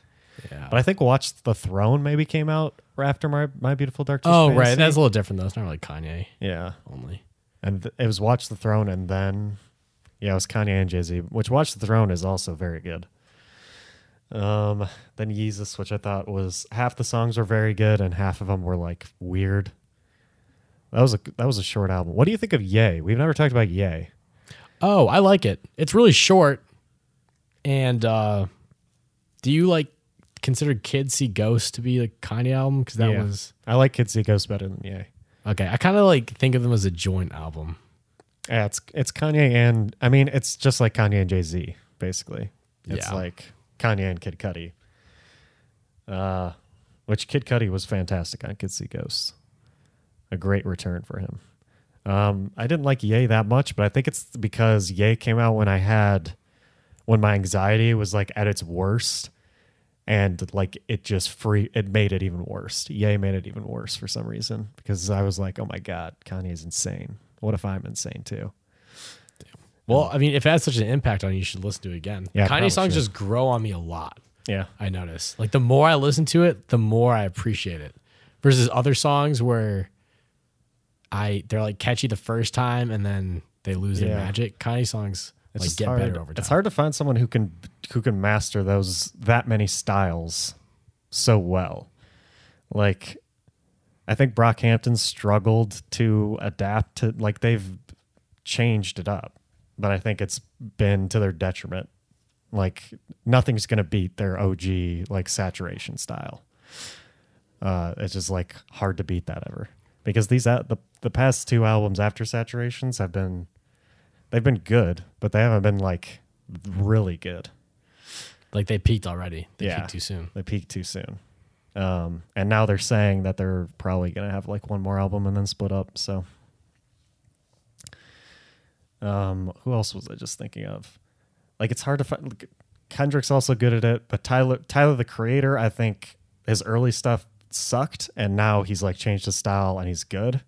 Speaker 1: Yeah.
Speaker 2: But I think Watch the Throne maybe came out after My, My Beautiful Dark Twisted
Speaker 1: oh,
Speaker 2: Fantasy.
Speaker 1: right. That's a little different though. It's not really Kanye
Speaker 2: Yeah.
Speaker 1: only.
Speaker 2: And th- it was Watch the Throne, and then. Yeah, it was Kanye and Jay Z, which Watch the Throne is also very good. Um, then Yeezus, which I thought was half the songs were very good and half of them were like weird. That was a that was a short album. What do you think of Yay? We've never talked about Yay.
Speaker 1: Oh, I like it. It's really short. And uh do you like consider Kids See Ghosts to be a Kanye album? Because that
Speaker 2: Yeah.
Speaker 1: was
Speaker 2: I like Kids See Ghosts better than E Yay.
Speaker 1: okay. I kind of like think of them as a joint album.
Speaker 2: Yeah, it's it's Kanye and I mean it's just like Kanye and Jay Z basically. It's
Speaker 1: Yeah.
Speaker 2: like Kanye and Kid Cudi. Uh, which Kid Cudi was fantastic on Kids See Ghosts. A great return for him. Um, I didn't like Ye that much, but I think it's because Ye came out when I had when my anxiety was like at its worst, and like it just free it made it even worse. Ye made it even worse for some reason because I was like, oh my god, Kanye's insane. What if I'm insane too?
Speaker 1: Well, I mean, if it had such an impact on you, you should listen to it again.
Speaker 2: Yeah, I probably
Speaker 1: Kanye songs
Speaker 2: should.
Speaker 1: just grow on me a lot.
Speaker 2: Yeah,
Speaker 1: I notice. Like the more I listen to it, the more I appreciate it. Versus other songs where I they're like catchy the first time and then they lose
Speaker 2: Yeah.
Speaker 1: their magic. Kanye songs
Speaker 2: it's
Speaker 1: like
Speaker 2: just
Speaker 1: get
Speaker 2: hard.
Speaker 1: better over time.
Speaker 2: It's hard to find someone who can who can master those that many styles so well. Like, I think Brockhampton struggled to adapt to like they've changed it up, but I think it's been to their detriment. Like nothing's gonna beat their OG like saturation style. Uh, it's just like hard to beat that ever because these uh, the the past two albums after Saturations have been they've been good, but they haven't been like really good.
Speaker 1: Like they peaked already. They
Speaker 2: Yeah.
Speaker 1: peaked too soon.
Speaker 2: They peaked too soon. Um, and now they're saying that they're probably gonna have like one more album and then split up. So, um, who else was I just thinking of? Like it's hard to find. Like, Kendrick's also good at it, but Tyler, Tyler the Creator, I think his early stuff sucked, and now he's like changed his style and he's good.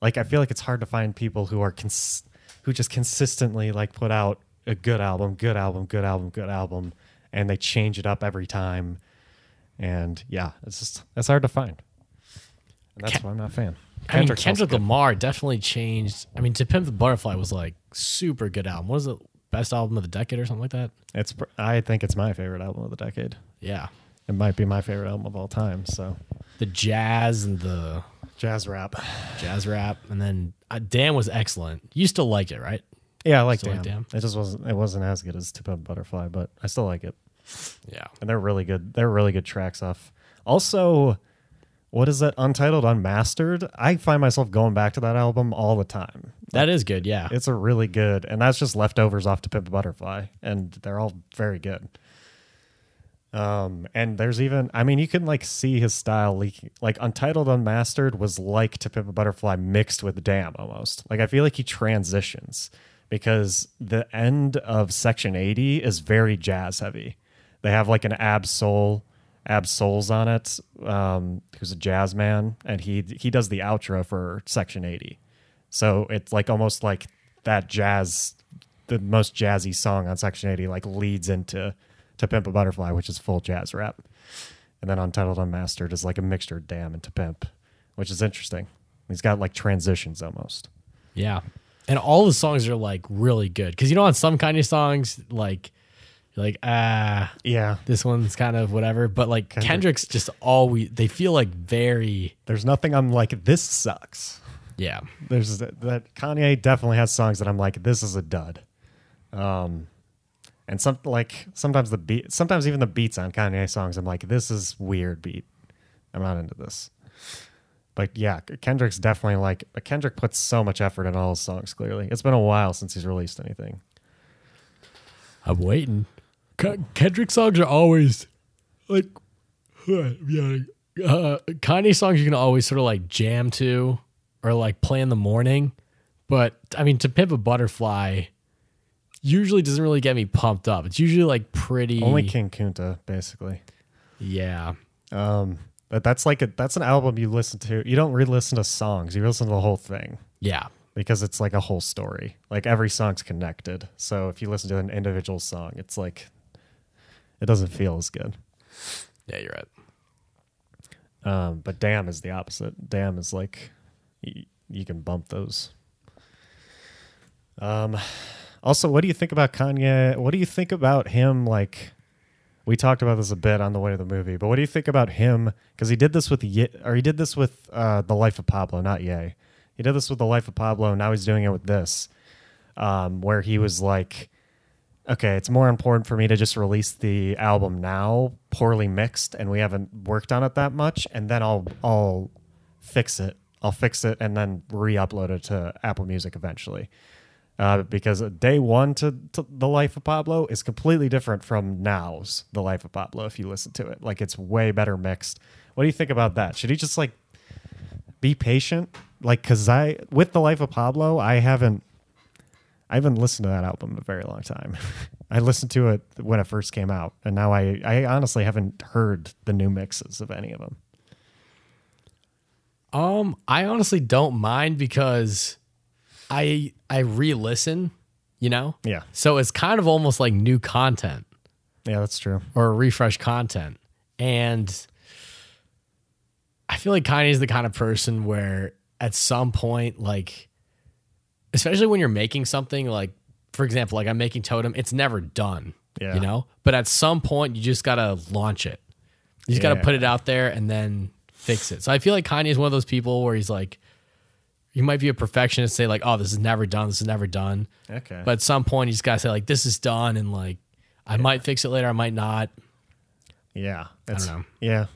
Speaker 2: Like I feel like it's hard to find people who are cons- who just consistently like put out a good album, good album, good album, good album, and they change it up every time. And yeah, it's just that's hard to find. And that's why I'm not a fan.
Speaker 1: I mean, Kendrick Lamar definitely changed. I mean, To Pimp the Butterfly was like super good album. What is the best album of the decade or something like that?
Speaker 2: It's pr- I think it's my favorite album of the decade.
Speaker 1: Yeah,
Speaker 2: It might be my favorite album of all time. So
Speaker 1: the jazz and the
Speaker 2: jazz rap.
Speaker 1: jazz rap, and then uh, Dan was excellent. You still like it, right?
Speaker 2: Yeah, I like
Speaker 1: Still
Speaker 2: Damn.
Speaker 1: like Damn?
Speaker 2: It just wasn't it wasn't as good as Tip Up Butterfly, but I still like it.
Speaker 1: Yeah,
Speaker 2: And they're really good. They're really good tracks off. Also, what is that? Untitled Unmastered? I find myself going back to that album all the time.
Speaker 1: that is good. Yeah,
Speaker 2: It's a really good and that's just leftovers off to Pimp a Butterfly. And they're all very good. Um, and there's even I mean, you can like see his style leaking like Untitled Unmastered was like to Pimp a Butterfly mixed with Damn almost. Like I feel like he transitions because the end of section 80 is very jazz heavy. They have like an ab soul, ab souls on it, um, who's a jazz man, and he he does the outro for section 80. So it's like almost like that jazz the most jazzy song on Section 80 like leads into To Pimp a Butterfly, which is full jazz rap. And then Untitled Unmastered is like a mixture of Damn and To Pimp, which is interesting. He's got like transitions almost.
Speaker 1: yeah. and all the songs are like really good because you know on some kind of songs like you're like ah
Speaker 2: Yeah.
Speaker 1: this one's kind of whatever but like
Speaker 2: Kendrick.
Speaker 1: kendrick's just always they feel like very
Speaker 2: There's nothing I'm like, this sucks.
Speaker 1: yeah
Speaker 2: There's that, that Kanye definitely has songs that I'm like, this is a dud. Um, and some like sometimes the beat, sometimes even the beats on Kanye songs, I'm like, this is weird beat. I'm not into this. But yeah, Kendrick's definitely like Kendrick puts so much effort in all his songs. Clearly, it's been a while since he's released anything.
Speaker 1: i'm waiting Ke- kendrick songs are always like yeah uh, kanye songs you can always sort of like jam to or like play in the morning but i mean to pimp a butterfly usually doesn't really get me pumped up it's usually like pretty
Speaker 2: Only King Kunta, basically.
Speaker 1: yeah
Speaker 2: Um, but that's like a that's an album you listen to. You don't re-listen to songs. You listen to the whole thing
Speaker 1: yeah
Speaker 2: because it's like a whole story. Like every song's connected. So if you listen to an individual song, it's like it doesn't feel as good.
Speaker 1: yeah you're right
Speaker 2: Um, but Damn is the opposite. Damn is like y- you can bump those. Um, also, what do you think about Kanye? What do you think about him? Like, we talked about this a bit on the way to the movie, but what do you think about him? Because he did this with Ye, or he did this with uh, the Life of Pablo, not Ye. He did this with the Life of Pablo. Now he's doing it with this, um, where he was like, okay, it's more important for me to just release the album now, poorly mixed, and we haven't worked on it that much, and then I'll I'll fix it. I'll fix it and then re-upload it to Apple Music eventually. Uh, because day one to, to the life of Pablo is completely different from now's the life of Pablo. If you listen to it, like it's way better mixed. What do you think about that? Should he just like be patient? Like, cause I with the life of Pablo, I haven't I haven't listened to that album in a very long time. I listened to it when it first came out, and now I, I honestly haven't heard the new mixes of any of them.
Speaker 1: Um, I honestly don't mind because I I re-listen, you know?
Speaker 2: Yeah,
Speaker 1: So it's kind of almost like new content
Speaker 2: yeah, that's true.
Speaker 1: or refresh content. And I feel like Kanye's the kind of person where at some point, like especially when you're making something, like for example, like I'm making Totem, it's never done.
Speaker 2: Yeah.
Speaker 1: You know? But at some point you just gotta launch it. You just gotta
Speaker 2: Yeah.
Speaker 1: put it out there and then fix it. So I feel like Kanye's one of those people where he's like you might be a perfectionist, say like, oh, this is never done, this is never done.
Speaker 2: Okay,
Speaker 1: But at some point, you just gotta say like, "This is done," and like, I might fix it later, I might not.
Speaker 2: yeah, it's,
Speaker 1: know.
Speaker 2: Yeah,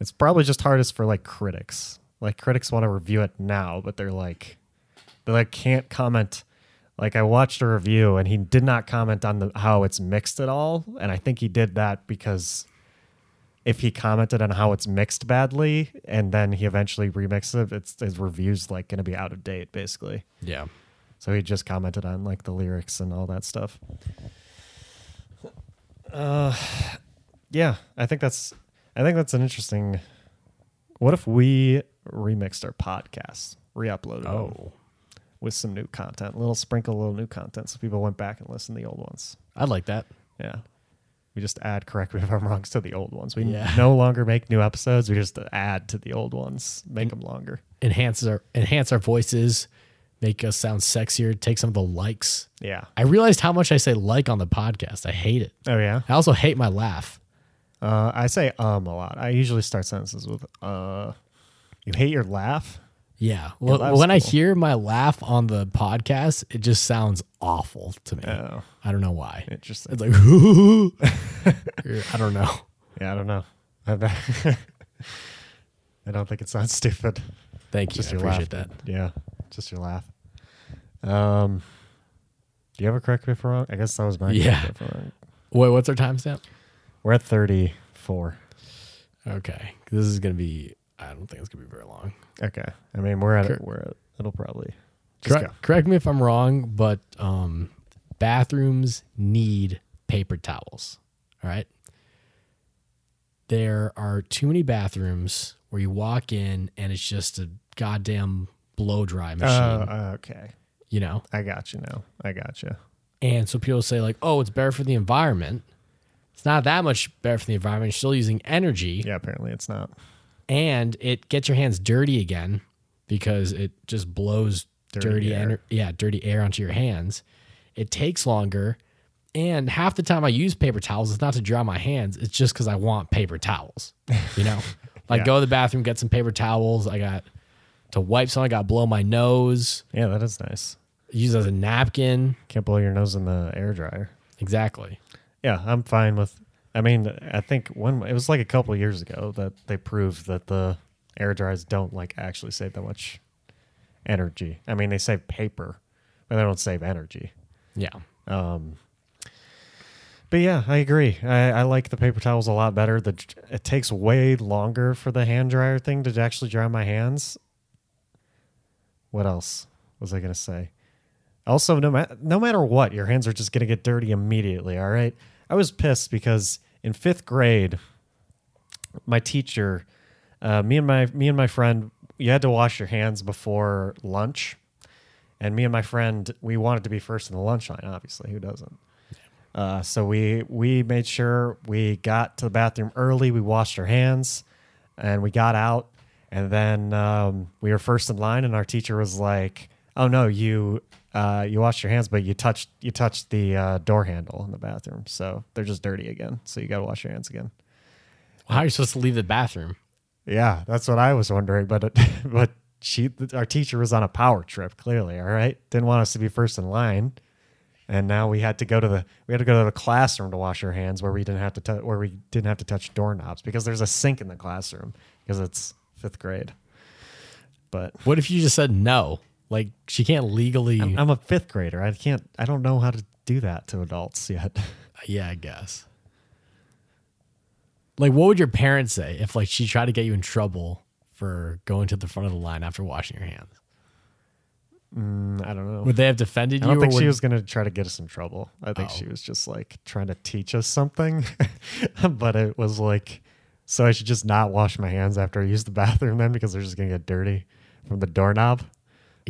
Speaker 2: it's probably just hardest for like critics. Like critics want to review it now, but they're like, they like can't comment. Like I watched a review and he did not comment on the how it's mixed at all, and I think he did that because if he commented on how it's mixed badly and then he eventually remixes it, it's his review's like going to be out of date basically.
Speaker 1: Yeah,
Speaker 2: So he just commented on like the lyrics and all that stuff. Uh, yeah, I think that's I think that's an interesting. What if we remixed our podcasts, re-uploaded them
Speaker 1: Oh.
Speaker 2: with some new content, little sprinkle, little new content, so people went back and listened to the old ones.
Speaker 1: I'd like that.
Speaker 2: Yeah. We just add correct me if I'm wrong to the old ones. We
Speaker 1: Yeah.
Speaker 2: no longer make new episodes. We just add to the old ones, make them longer.
Speaker 1: Enhances our enhance our voices, make us sound sexier. Take some of the likes.
Speaker 2: Yeah.
Speaker 1: I realized how much I say like on the podcast. I hate it.
Speaker 2: Oh yeah.
Speaker 1: I also hate my laugh.
Speaker 2: Uh, I say um a lot. I usually start sentences with uh. You hate your laugh.
Speaker 1: Yeah, Well,
Speaker 2: laugh's
Speaker 1: when I
Speaker 2: cool.
Speaker 1: hear my laugh on the podcast, it just sounds awful to me.
Speaker 2: Oh,
Speaker 1: I don't know why.
Speaker 2: interesting.
Speaker 1: It's like, I don't know.
Speaker 2: Yeah, I don't know. I don't think it sounds stupid.
Speaker 1: Thank you.
Speaker 2: Just
Speaker 1: I
Speaker 2: your laugh.
Speaker 1: appreciate that.
Speaker 2: Yeah, just your laugh. Um, do you ever correct me if I'm wrong? I guess that was my
Speaker 1: Yeah.
Speaker 2: correct me if I'm wrong.
Speaker 1: Wait, what's our timestamp?
Speaker 2: We're at thirty-four.
Speaker 1: Okay. This is going to be, I don't think it's going to be very long.
Speaker 2: Okay. I mean, we're at it.
Speaker 1: Cor-
Speaker 2: We're at, it'll probably just
Speaker 1: Correct, correct me if I'm wrong, but um, bathrooms need paper towels. All right. There are too many bathrooms where you walk in and it's just a goddamn blow dry
Speaker 2: go.
Speaker 1: machine,
Speaker 2: Uh, okay.
Speaker 1: you know?
Speaker 2: I got you now. I got you.
Speaker 1: And so people say, like, oh, it's better for the environment. It's not that much better for the environment. You're still using energy.
Speaker 2: Yeah. Apparently, it's not.
Speaker 1: and it gets your hands dirty again because it just blows dirty,
Speaker 2: air.
Speaker 1: ener- yeah, dirty air onto your hands. It takes longer, and half the time I use paper towels, it's not to dry my hands. It's just because I want paper towels. You know, like
Speaker 2: Yeah.
Speaker 1: go to the bathroom, get some paper towels. I got to wipe some. I got to blow my nose.
Speaker 2: Yeah, that is nice.
Speaker 1: Use it as a napkin.
Speaker 2: Can't blow your nose in the air dryer.
Speaker 1: Exactly.
Speaker 2: Yeah, I'm fine with. I mean, I think one it was like a couple of years ago that they proved that the air dryers don't like actually save that much energy. I mean, they save paper, but they don't save energy.
Speaker 1: Yeah.
Speaker 2: Um, but yeah, I agree. I, I like the paper towels a lot better. The it takes way longer for the hand dryer thing to actually dry my hands. What else was I gonna say? Also, no matter no matter what, your hands are just gonna get dirty immediately. All right. I was pissed because in fifth grade, my teacher, uh, me and my me and my friend, you had to wash your hands before lunch and me and my friend we wanted to be first in the lunch line obviously who doesn't uh, so we we made sure we got to the bathroom early we washed our hands and we got out and then um, we were first in line and our teacher was like oh no you uh, you washed your hands but you touched you touched the uh, door handle in the bathroom so they're just dirty again so you got to wash your hands again
Speaker 1: Well, how are you supposed to leave the bathroom?
Speaker 2: yeah, that's what I was wondering. But but she, our teacher, was on a power trip. Clearly, all right, didn't want us to be first in line, and now we had to go to the we had to go to the classroom to wash our hands, where we didn't have to tou- where we didn't have to touch doorknobs because there's a sink in the classroom because it's fifth grade. But
Speaker 1: What if you just said no? Like she can't legally.
Speaker 2: I'm a fifth grader. I can't. I don't know how to do that to adults yet.
Speaker 1: Yeah, I guess. Like, what would your parents say if like she tried to get you in trouble for going to the front of the line after washing your hands?
Speaker 2: I don't know.
Speaker 1: Would they have defended
Speaker 2: I
Speaker 1: you?
Speaker 2: don't
Speaker 1: or
Speaker 2: think she
Speaker 1: would-
Speaker 2: was going to try to get us in trouble. I think
Speaker 1: Oh.
Speaker 2: she was just like trying to teach us something. but it was like, so I should just not wash my hands after I use the bathroom then because they're just going to get dirty from the doorknob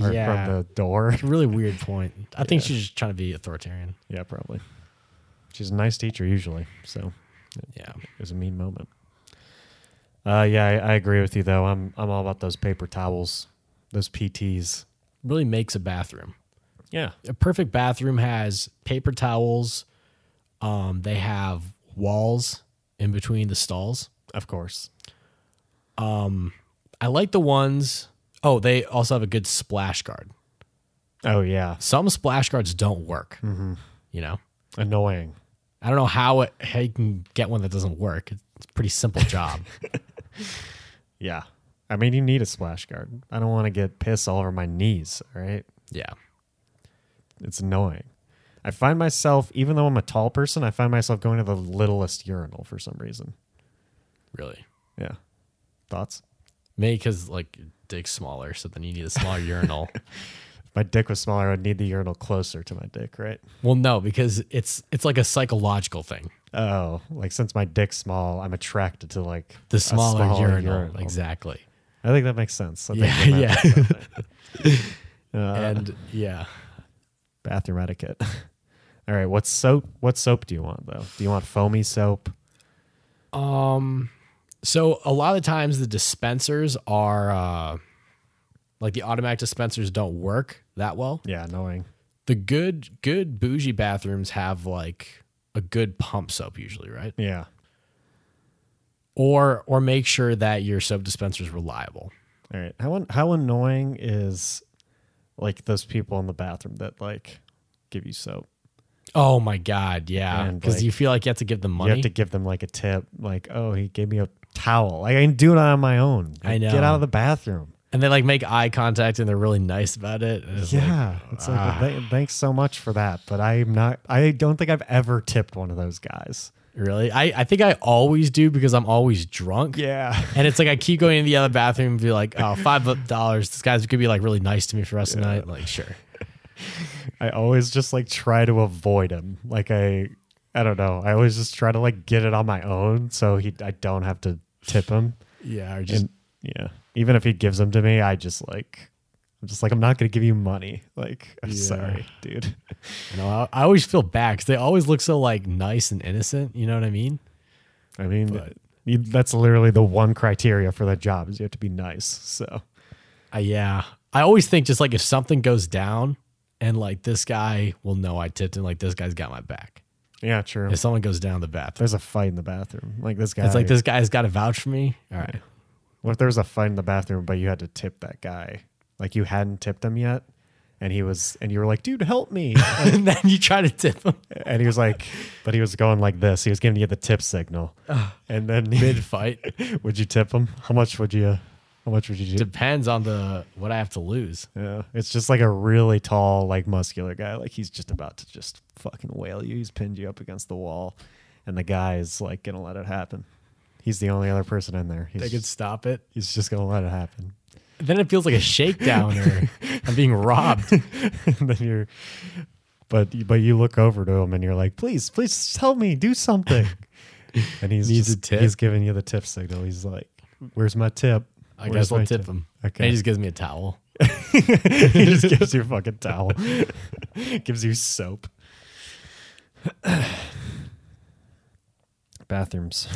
Speaker 2: or
Speaker 1: Yeah.
Speaker 2: from the door.
Speaker 1: Really weird point. I think she's just trying to be authoritarian.
Speaker 2: yeah, probably. She's a nice teacher usually. So
Speaker 1: Yeah.
Speaker 2: it was a mean moment. Uh, yeah, I, I agree with you though. I'm I'm all about those paper towels, those PTs.
Speaker 1: Really makes a bathroom.
Speaker 2: Yeah,
Speaker 1: A perfect bathroom has paper towels. Um, they have walls in between the stalls.
Speaker 2: of course.
Speaker 1: I like the ones. Oh, they also have a good splash guard.
Speaker 2: Oh yeah,
Speaker 1: Some splash guards don't work.
Speaker 2: Mm-hmm.
Speaker 1: You know,
Speaker 2: annoying.
Speaker 1: I don't know how it how you can get one that doesn't work. It's a pretty simple job.
Speaker 2: Yeah. I mean, you need a splash guard. I don't want to get piss all over my knees. All right.
Speaker 1: yeah.
Speaker 2: It's annoying. I find myself, even though I'm a tall person, I find myself going to the littlest urinal for some reason.
Speaker 1: Really.
Speaker 2: Yeah. Thoughts?
Speaker 1: Maybe because like your dick's smaller, so then you need a smaller urinal.
Speaker 2: If my dick was smaller, I'd need the urinal closer to my dick, right?
Speaker 1: Well, no, because it's it's like a psychological thing.
Speaker 2: Oh, like since my dick's small, I'm attracted to like
Speaker 1: The
Speaker 2: a
Speaker 1: smaller, urinal. Exactly.
Speaker 2: I think that makes sense. I think
Speaker 1: Yeah,
Speaker 2: the
Speaker 1: yeah.
Speaker 2: math- uh,
Speaker 1: and yeah.
Speaker 2: bathroom etiquette. all right, what soap? What soap do you want though? Do you want foamy soap?
Speaker 1: Um, So a lot of times the dispensers are uh like the automatic dispensers don't work that well.
Speaker 2: Yeah, annoying.
Speaker 1: The good good bougie bathrooms have like a good pump soap usually, right?
Speaker 2: Yeah.
Speaker 1: Or or make sure that your soap dispenser is reliable.
Speaker 2: All right. How an- how annoying is like those people in the bathroom that like give you soap?
Speaker 1: Oh my god, yeah.
Speaker 2: And,
Speaker 1: Because
Speaker 2: like,
Speaker 1: you feel like you have to give them money.
Speaker 2: You have to give them like a tip, like, oh, he gave me a towel. Like I can do it on my own.
Speaker 1: I
Speaker 2: Like,
Speaker 1: know.
Speaker 2: Get out of the bathroom.
Speaker 1: and they like make eye contact and they're really nice about it. And it's like,
Speaker 2: yeah. it's like
Speaker 1: Ah.
Speaker 2: well, th- thanks so much for that. But I'm not I don't think I've ever tipped one of those guys.
Speaker 1: really? I, I think I always do because I'm always drunk.
Speaker 2: Yeah.
Speaker 1: And it's like I keep going into the other bathroom and be like, oh, five bu- dollars. This guy's gonna be like really nice to me for the rest of the night. Like, sure.
Speaker 2: I always just like try to avoid him. Like I I don't know. I always just try to like get it on my own so he I don't have to tip him.
Speaker 1: Yeah, or just
Speaker 2: And yeah, even if he gives them to me, I just like, I'm just like, I'm not gonna give you money. Like, I'm
Speaker 1: Yeah.
Speaker 2: sorry, dude.
Speaker 1: you know, I, I always feel bad because they always look so like nice and innocent. You know what I mean?
Speaker 2: I mean,
Speaker 1: But-
Speaker 2: you, that's literally the one criteria for the job is you have to be nice. So
Speaker 1: Uh, yeah. I always think just like if something goes down and like this guy will know I tipped him, like this guy's got my back.
Speaker 2: Yeah, true.
Speaker 1: If someone goes down the bathroom,
Speaker 2: There's a fight in the bathroom. Like this guy.
Speaker 1: it's like this guy's got to vouch for me. All right.
Speaker 2: What if there was a fight in the bathroom, but you had to tip that guy? Like you hadn't tipped him yet, and he was, and you were like, "Dude, help me!"
Speaker 1: and then you try to tip him
Speaker 2: and he was like, but he was going like this. He was giving you the tip signal, and then
Speaker 1: mid fight.
Speaker 2: would you tip him? How much would you? How much would you do?
Speaker 1: Depends on the what I have to lose.
Speaker 2: Yeah, it's just like a really tall, like muscular guy. Like he's just about to just fucking whale you. He's pinned you up against the wall, and the guy is like gonna let it happen. He's the only other person in there. He's,
Speaker 1: They could
Speaker 2: just-
Speaker 1: stop it.
Speaker 2: he's just gonna let it happen.
Speaker 1: Then it feels like a shakedown or I'm being robbed.
Speaker 2: and then you're, but but you look over to him and you're like, please, please just help me do something. and he's
Speaker 1: Needs a
Speaker 2: just,
Speaker 1: tip.
Speaker 2: he's giving you the tip signal. He's like, where's my tip?
Speaker 1: I
Speaker 2: Where's
Speaker 1: guess I'll
Speaker 2: my
Speaker 1: tip him.
Speaker 2: Okay.
Speaker 1: And he just gives me a towel.
Speaker 2: he just gives you a fucking towel. gives you soap. Bathrooms.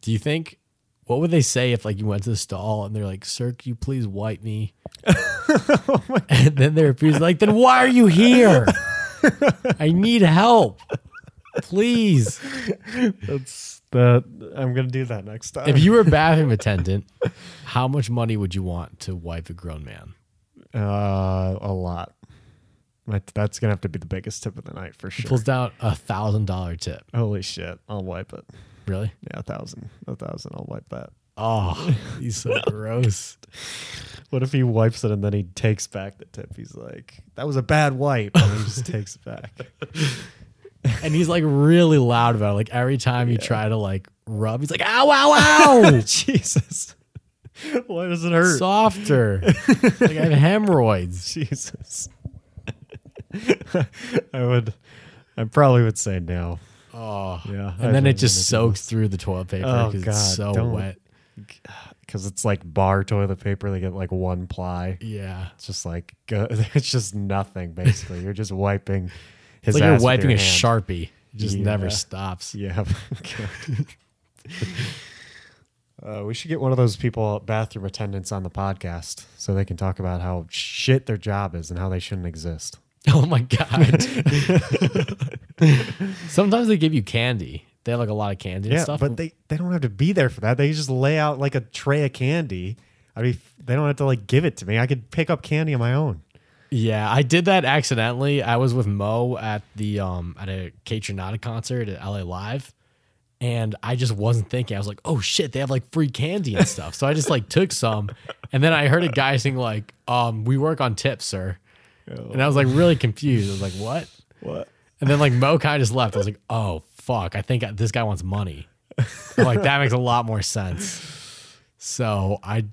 Speaker 1: Do you think what would they say if like you went to the stall and they're like, "Sir, can you please wipe me?" and then they refuse. Like, then why are you here? I need help, please.
Speaker 2: That's that. I'm gonna do that next time.
Speaker 1: If you were a bathroom attendant, how much money would you want to wipe a grown man?
Speaker 2: uh, a lot. That- That's gonna have to be the biggest tip of the night for sure.
Speaker 1: Pulls down a thousand dollar tip.
Speaker 2: Holy shit! I'll wipe it.
Speaker 1: Really?
Speaker 2: Yeah, a thousand, a thousand. I'll wipe that.
Speaker 1: Oh, he's so gross.
Speaker 2: What if he wipes it and then he takes back the tip? He's like, "That was a bad wipe," and he just takes it back.
Speaker 1: And he's like really loud about it. Like every time you try to like rub, he's like, ow, ow, ow.
Speaker 2: Jesus, why does it hurt?
Speaker 1: Softer. like I have hemorrhoids.
Speaker 2: Jesus. I would, I probably would say no.
Speaker 1: Oh.
Speaker 2: Yeah.
Speaker 1: And then it just soaks through the toilet paper
Speaker 2: Oh,
Speaker 1: because
Speaker 2: God,
Speaker 1: it's so
Speaker 2: don't.
Speaker 1: wet.
Speaker 2: because it's like bar toilet paper. They get like one ply.
Speaker 1: Yeah.
Speaker 2: It's just like go, it's just nothing basically. You're just wiping
Speaker 1: It's
Speaker 2: his.
Speaker 1: like
Speaker 2: ass
Speaker 1: you're
Speaker 2: with your
Speaker 1: wiping a
Speaker 2: hand.
Speaker 1: sharpie. It just never
Speaker 2: Yeah.
Speaker 1: stops.
Speaker 2: Yeah. Uh, we should get one of those people, bathroom attendants, on the podcast so they can talk about how shit their job is and how they shouldn't exist.
Speaker 1: Oh my god. Sometimes they give you candy. They have like a lot of candy and
Speaker 2: Yeah,
Speaker 1: stuff.
Speaker 2: but they, they don't have to be there for that. They just lay out like a tray of candy. I mean, f- they don't have to like give it to me. I could pick up candy on my own.
Speaker 1: yeah, I did that accidentally. I was with Mo at the um at a Catronata concert at LA Live. And I just wasn't thinking. I was like, "Oh shit, they have like free candy and stuff." So I just like took some, and then I heard a guy sing like, "Um, we work on tips, sir," and I was like really confused. I was like, "What?"
Speaker 2: What?
Speaker 1: And then like Mo kind of just left. I was like, oh fuck, I think I- this guy wants money. I'm like that makes a lot more sense. So I,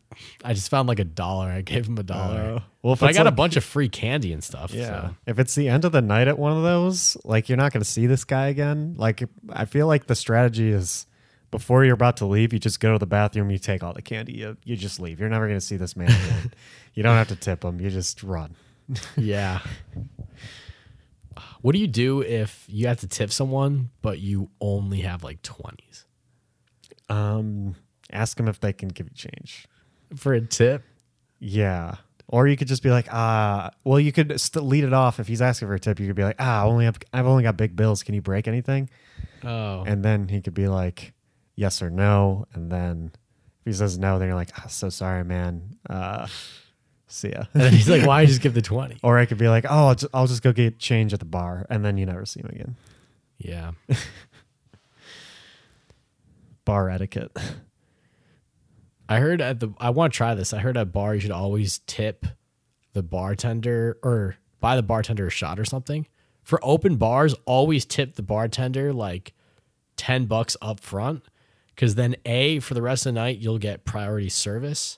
Speaker 1: I just found like a dollar. I gave him a dollar.
Speaker 2: Oh. Well, if
Speaker 1: but I
Speaker 2: it's
Speaker 1: got a
Speaker 2: like-
Speaker 1: bunch of free candy and stuff.
Speaker 2: Yeah.
Speaker 1: so.
Speaker 2: If it's the end of the night at one of those, like you're not going to see this guy again. Like I feel like the strategy is before you're about to leave, you just go to the bathroom, you take all the candy, you, you just leave. You're never going to see this man again. you don't have to tip him. You just run.
Speaker 1: yeah. What do you do if you have to tip someone but you only have like twenties
Speaker 2: Um, ask him if they can give you change.
Speaker 1: for a tip?
Speaker 2: Yeah. Or you could just be like, ah, well, you could st- lead it off if he's asking for a tip. You could be like, ah, I only have, I've only got big bills. Can you break anything?
Speaker 1: Oh,
Speaker 2: And then he could be like, yes or no. And then if he says no, then you're like, ah, so sorry, man. Uh, see
Speaker 1: and
Speaker 2: ya.
Speaker 1: then he's like, "Why just give the 20?
Speaker 2: or I could be like, oh, I'll just, I'll just go get change at the bar. And then you never see him again.
Speaker 1: Yeah,
Speaker 2: Bar etiquette.
Speaker 1: I heard at the I want to try this. I heard at bar you should always tip the bartender or buy the bartender a shot or something. For open bars, always tip the bartender like 10 bucks up front cuz then A for the rest of the night you'll get priority service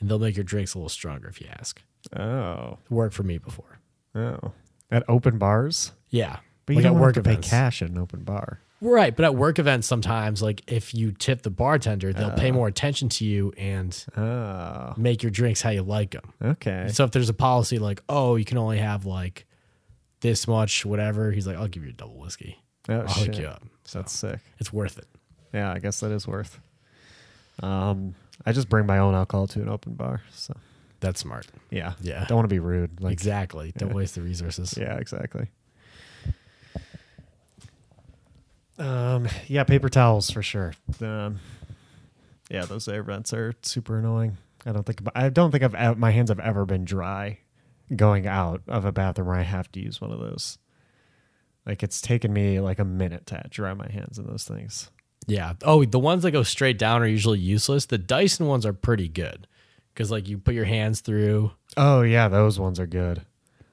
Speaker 1: and they'll make your drinks a little stronger if you ask.
Speaker 2: Oh.
Speaker 1: Worked for me before.
Speaker 2: Oh. At open bars?
Speaker 1: Yeah.
Speaker 2: But
Speaker 1: Like
Speaker 2: you
Speaker 1: at
Speaker 2: don't work have to pay
Speaker 1: events.
Speaker 2: cash at an open bar.
Speaker 1: Right, but at work events sometimes like if you tip the bartender, they'll
Speaker 2: Uh.
Speaker 1: pay more attention to you and
Speaker 2: Oh.
Speaker 1: make your drinks how you like them.
Speaker 2: Okay.
Speaker 1: So if there's a policy like, oh, you can only have like this much, whatever, he's like, I'll give you a double whiskey.
Speaker 2: Oh,
Speaker 1: I'll
Speaker 2: shit. Oh.
Speaker 1: hook you up. So
Speaker 2: That's sick.
Speaker 1: it's worth it.
Speaker 2: Yeah, I guess that is worth. Um, I just bring my own alcohol to an open bar. So
Speaker 1: That's smart.
Speaker 2: Yeah.
Speaker 1: Yeah.
Speaker 2: Don't want to be rude. Like,
Speaker 1: exactly. Don't waste the resources.
Speaker 2: Yeah, exactly. Um, yeah, paper towels for sure. Um, yeah, those air vents are super annoying. I don't think I don't think I've ev- my hands have ever been dry going out of a bathroom where I have to use one of those. Like it's taken me like a minute to dry my hands in those things.
Speaker 1: Yeah. Oh, the ones that go straight down are usually useless. The Dyson ones are pretty good because like you put your hands through.
Speaker 2: Oh yeah, those ones are good.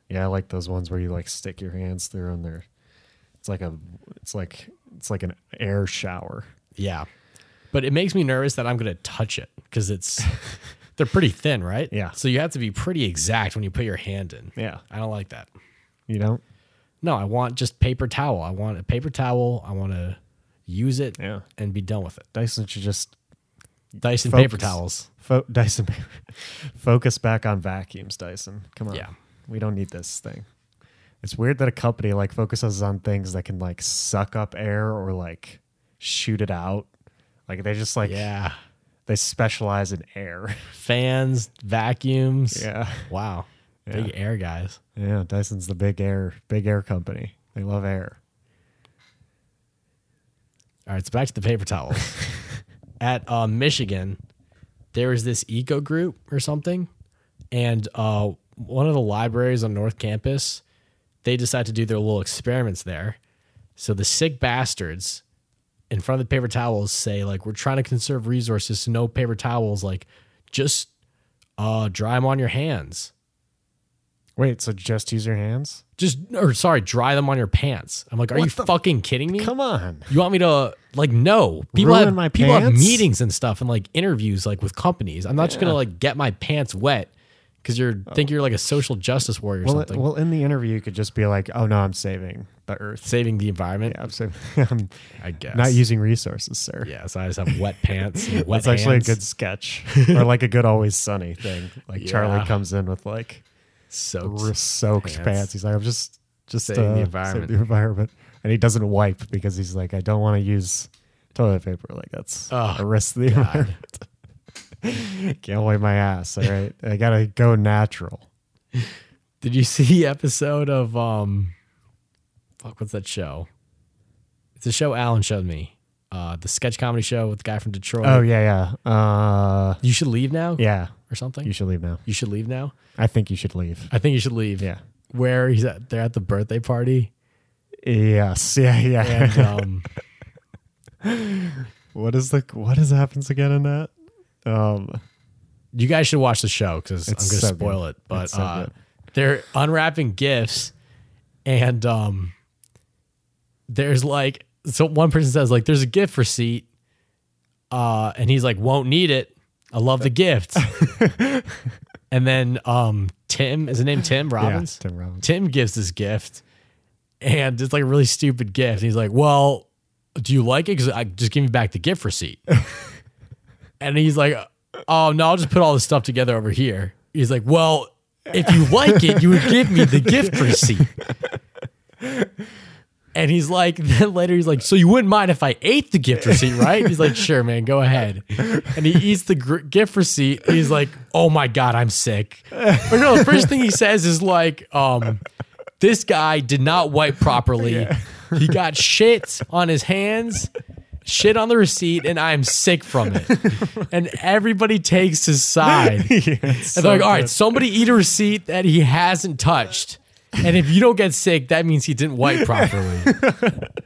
Speaker 2: Yeah, I like those ones where you like stick your hands through and they're it's like a it's like it's like an air shower.
Speaker 1: Yeah. But it makes me nervous that I'm going to touch it because it's they're pretty thin, right?
Speaker 2: Yeah.
Speaker 1: So you have to be pretty exact when you put your hand in.
Speaker 2: Yeah.
Speaker 1: I don't like that.
Speaker 2: You don't?
Speaker 1: No, I want just paper towel. I want a paper towel. I want to use it
Speaker 2: Yeah.
Speaker 1: and be done with it.
Speaker 2: Dyson should just
Speaker 1: Dyson
Speaker 2: Focus.
Speaker 1: paper towels.
Speaker 2: fo- Dyson focus back on vacuums. Dyson, come on,
Speaker 1: Yeah.
Speaker 2: we don't need this thing. It's weird that a company like focuses on things that can like suck up air or like shoot it out. Like they just like
Speaker 1: Yeah.
Speaker 2: they specialize in air.
Speaker 1: Fans, vacuums.
Speaker 2: yeah,
Speaker 1: Wow. Big air guys.
Speaker 2: yeah. Dyson's the big air, big air company. They love air.
Speaker 1: All right, so back to the paper towels. At uh, Michigan, there is this eco group or something, and uh, one of the libraries on North Campus, they decide to do their little experiments there. So the sick bastards in front of the paper towels say like, "We're trying to conserve resources, so no paper towels. Like, just uh, dry them on your hands.
Speaker 2: Wait, so just use your hands?
Speaker 1: Just or sorry, dry them on your pants." I'm like, "Are
Speaker 2: What
Speaker 1: you
Speaker 2: the-
Speaker 1: fucking kidding me?"
Speaker 2: Come on.
Speaker 1: You want me to like no people
Speaker 2: Ruin
Speaker 1: have
Speaker 2: my
Speaker 1: people have
Speaker 2: pants?
Speaker 1: meetings and stuff and like interviews like with companies. I'm not just gonna like get my pants wet because you're think you're like a social justice warrior or
Speaker 2: Well, it-
Speaker 1: something,
Speaker 2: well, in the interview, you could just be like, "Oh no, I'm saving the earth.
Speaker 1: saving the environment.
Speaker 2: Yeah, I'm saving. I'm
Speaker 1: I guess
Speaker 2: not using resources, sir."
Speaker 1: Yeah, so I just have wet pants. And wet
Speaker 2: That's actually a
Speaker 1: hands.
Speaker 2: good sketch or like a good always sunny thing. Like
Speaker 1: Yeah.
Speaker 2: Charlie comes in with like
Speaker 1: soaked.
Speaker 2: r- soaked
Speaker 1: Pants.
Speaker 2: pants. He's like, I'm just just
Speaker 1: Saving the
Speaker 2: uh,
Speaker 1: environment.
Speaker 2: saving the environment, and he doesn't wipe because he's like, I don't want to use toilet paper. Like that's
Speaker 1: Oh,
Speaker 2: a risk to the environment. Can't wipe my ass. All right, I gotta go natural.
Speaker 1: Did you see the episode of um, fuck, what's that show? It's a show Alan showed me. Uh, the sketch comedy show with the guy from Detroit.
Speaker 2: Oh yeah, yeah, uh,
Speaker 1: you should leave now.
Speaker 2: yeah.
Speaker 1: or something.
Speaker 2: You should leave now.
Speaker 1: you should leave now.
Speaker 2: I think you should leave.
Speaker 1: I think you should leave.
Speaker 2: Yeah.
Speaker 1: where he's at they're at the birthday party
Speaker 2: Yes. Yeah. Yeah.
Speaker 1: and um
Speaker 2: what is the what is happens again in that? Um.
Speaker 1: you guys should watch the show because i'm gonna
Speaker 2: It's so
Speaker 1: spoil
Speaker 2: good.
Speaker 1: it but
Speaker 2: It's so
Speaker 1: uh
Speaker 2: good.
Speaker 1: they're unwrapping gifts and um there's like so one person says like there's a gift receipt uh and he's like won't need it i love the gift and then um tim is his name tim robbins
Speaker 2: Yeah, Tim Robbins.
Speaker 1: Um, Tim gives this gift, and it's like a really stupid gift. And he's like, "Well, do you like it? Because I just give me back the gift receipt." and he's like, "Oh no, I'll just put all this stuff together over here." He's like, "Well, if you like it, you would give me the gift receipt." And he's like, then later he's like, so you wouldn't mind if I ate the gift receipt, right? He's like, sure, man, go ahead. And he eats the gr- gift receipt. and he's like, oh my God, I'm sick. But no, the first thing he says is like, um, this guy did not wipe properly. He got shit on his hands, shit on the receipt, and I'm sick from it. And everybody takes his side. And they're like, all right, somebody eat a receipt that he hasn't touched. And if you don't get sick, that means he didn't wipe properly.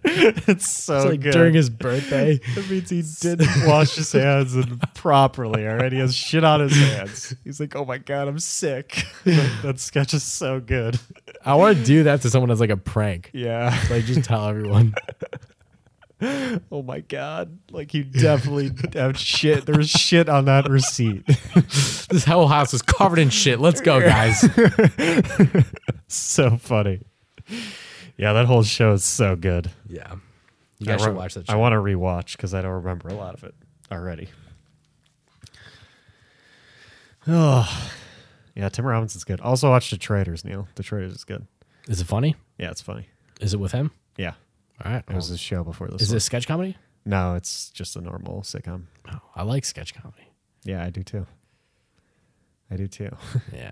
Speaker 1: It's
Speaker 2: It's so
Speaker 1: like
Speaker 2: good.
Speaker 1: during his birthday.
Speaker 2: that means he didn't wash his hands and properly. All right, he has shit on his hands. He's like, "Oh my god, I'm sick." Like, that sketch is so good.
Speaker 1: I want to do that to someone as like a prank.
Speaker 2: Yeah.
Speaker 1: Like just tell everyone.
Speaker 2: Oh my god. Like you definitely have shit. There was shit on that receipt.
Speaker 1: This whole house is covered in shit. Let's go, guys.
Speaker 2: so funny. Yeah, that whole show is so good.
Speaker 1: Yeah. You guys
Speaker 2: I
Speaker 1: should
Speaker 2: wa-
Speaker 1: watch that
Speaker 2: I
Speaker 1: show.
Speaker 2: want to rewatch because I don't remember a lot of it already. Oh, yeah. Tim Robinson's good. Also, watch Detroiters, Neil. Detroiters is good.
Speaker 1: Is it funny?
Speaker 2: Yeah, it's funny.
Speaker 1: Is it with him?
Speaker 2: Yeah,
Speaker 1: All right.
Speaker 2: it was a show before this.
Speaker 1: is
Speaker 2: one.
Speaker 1: this sketch comedy?
Speaker 2: No, it's just a normal sitcom.
Speaker 1: Oh, I like sketch comedy.
Speaker 2: Yeah, I do too. I do too.
Speaker 1: Yeah.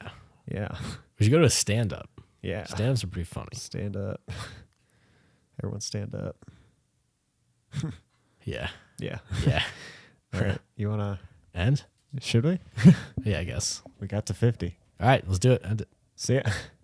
Speaker 2: yeah.
Speaker 1: We should go to a stand up.
Speaker 2: Yeah.
Speaker 1: Stand ups are pretty funny.
Speaker 2: Stand up. Everyone stand up.
Speaker 1: Yeah.
Speaker 2: Yeah.
Speaker 1: Yeah.
Speaker 2: All right. You want to?
Speaker 1: and?
Speaker 2: Should we?
Speaker 1: Yeah, I guess.
Speaker 2: We got to 50.
Speaker 1: All right, let's do it. End it.
Speaker 2: See ya.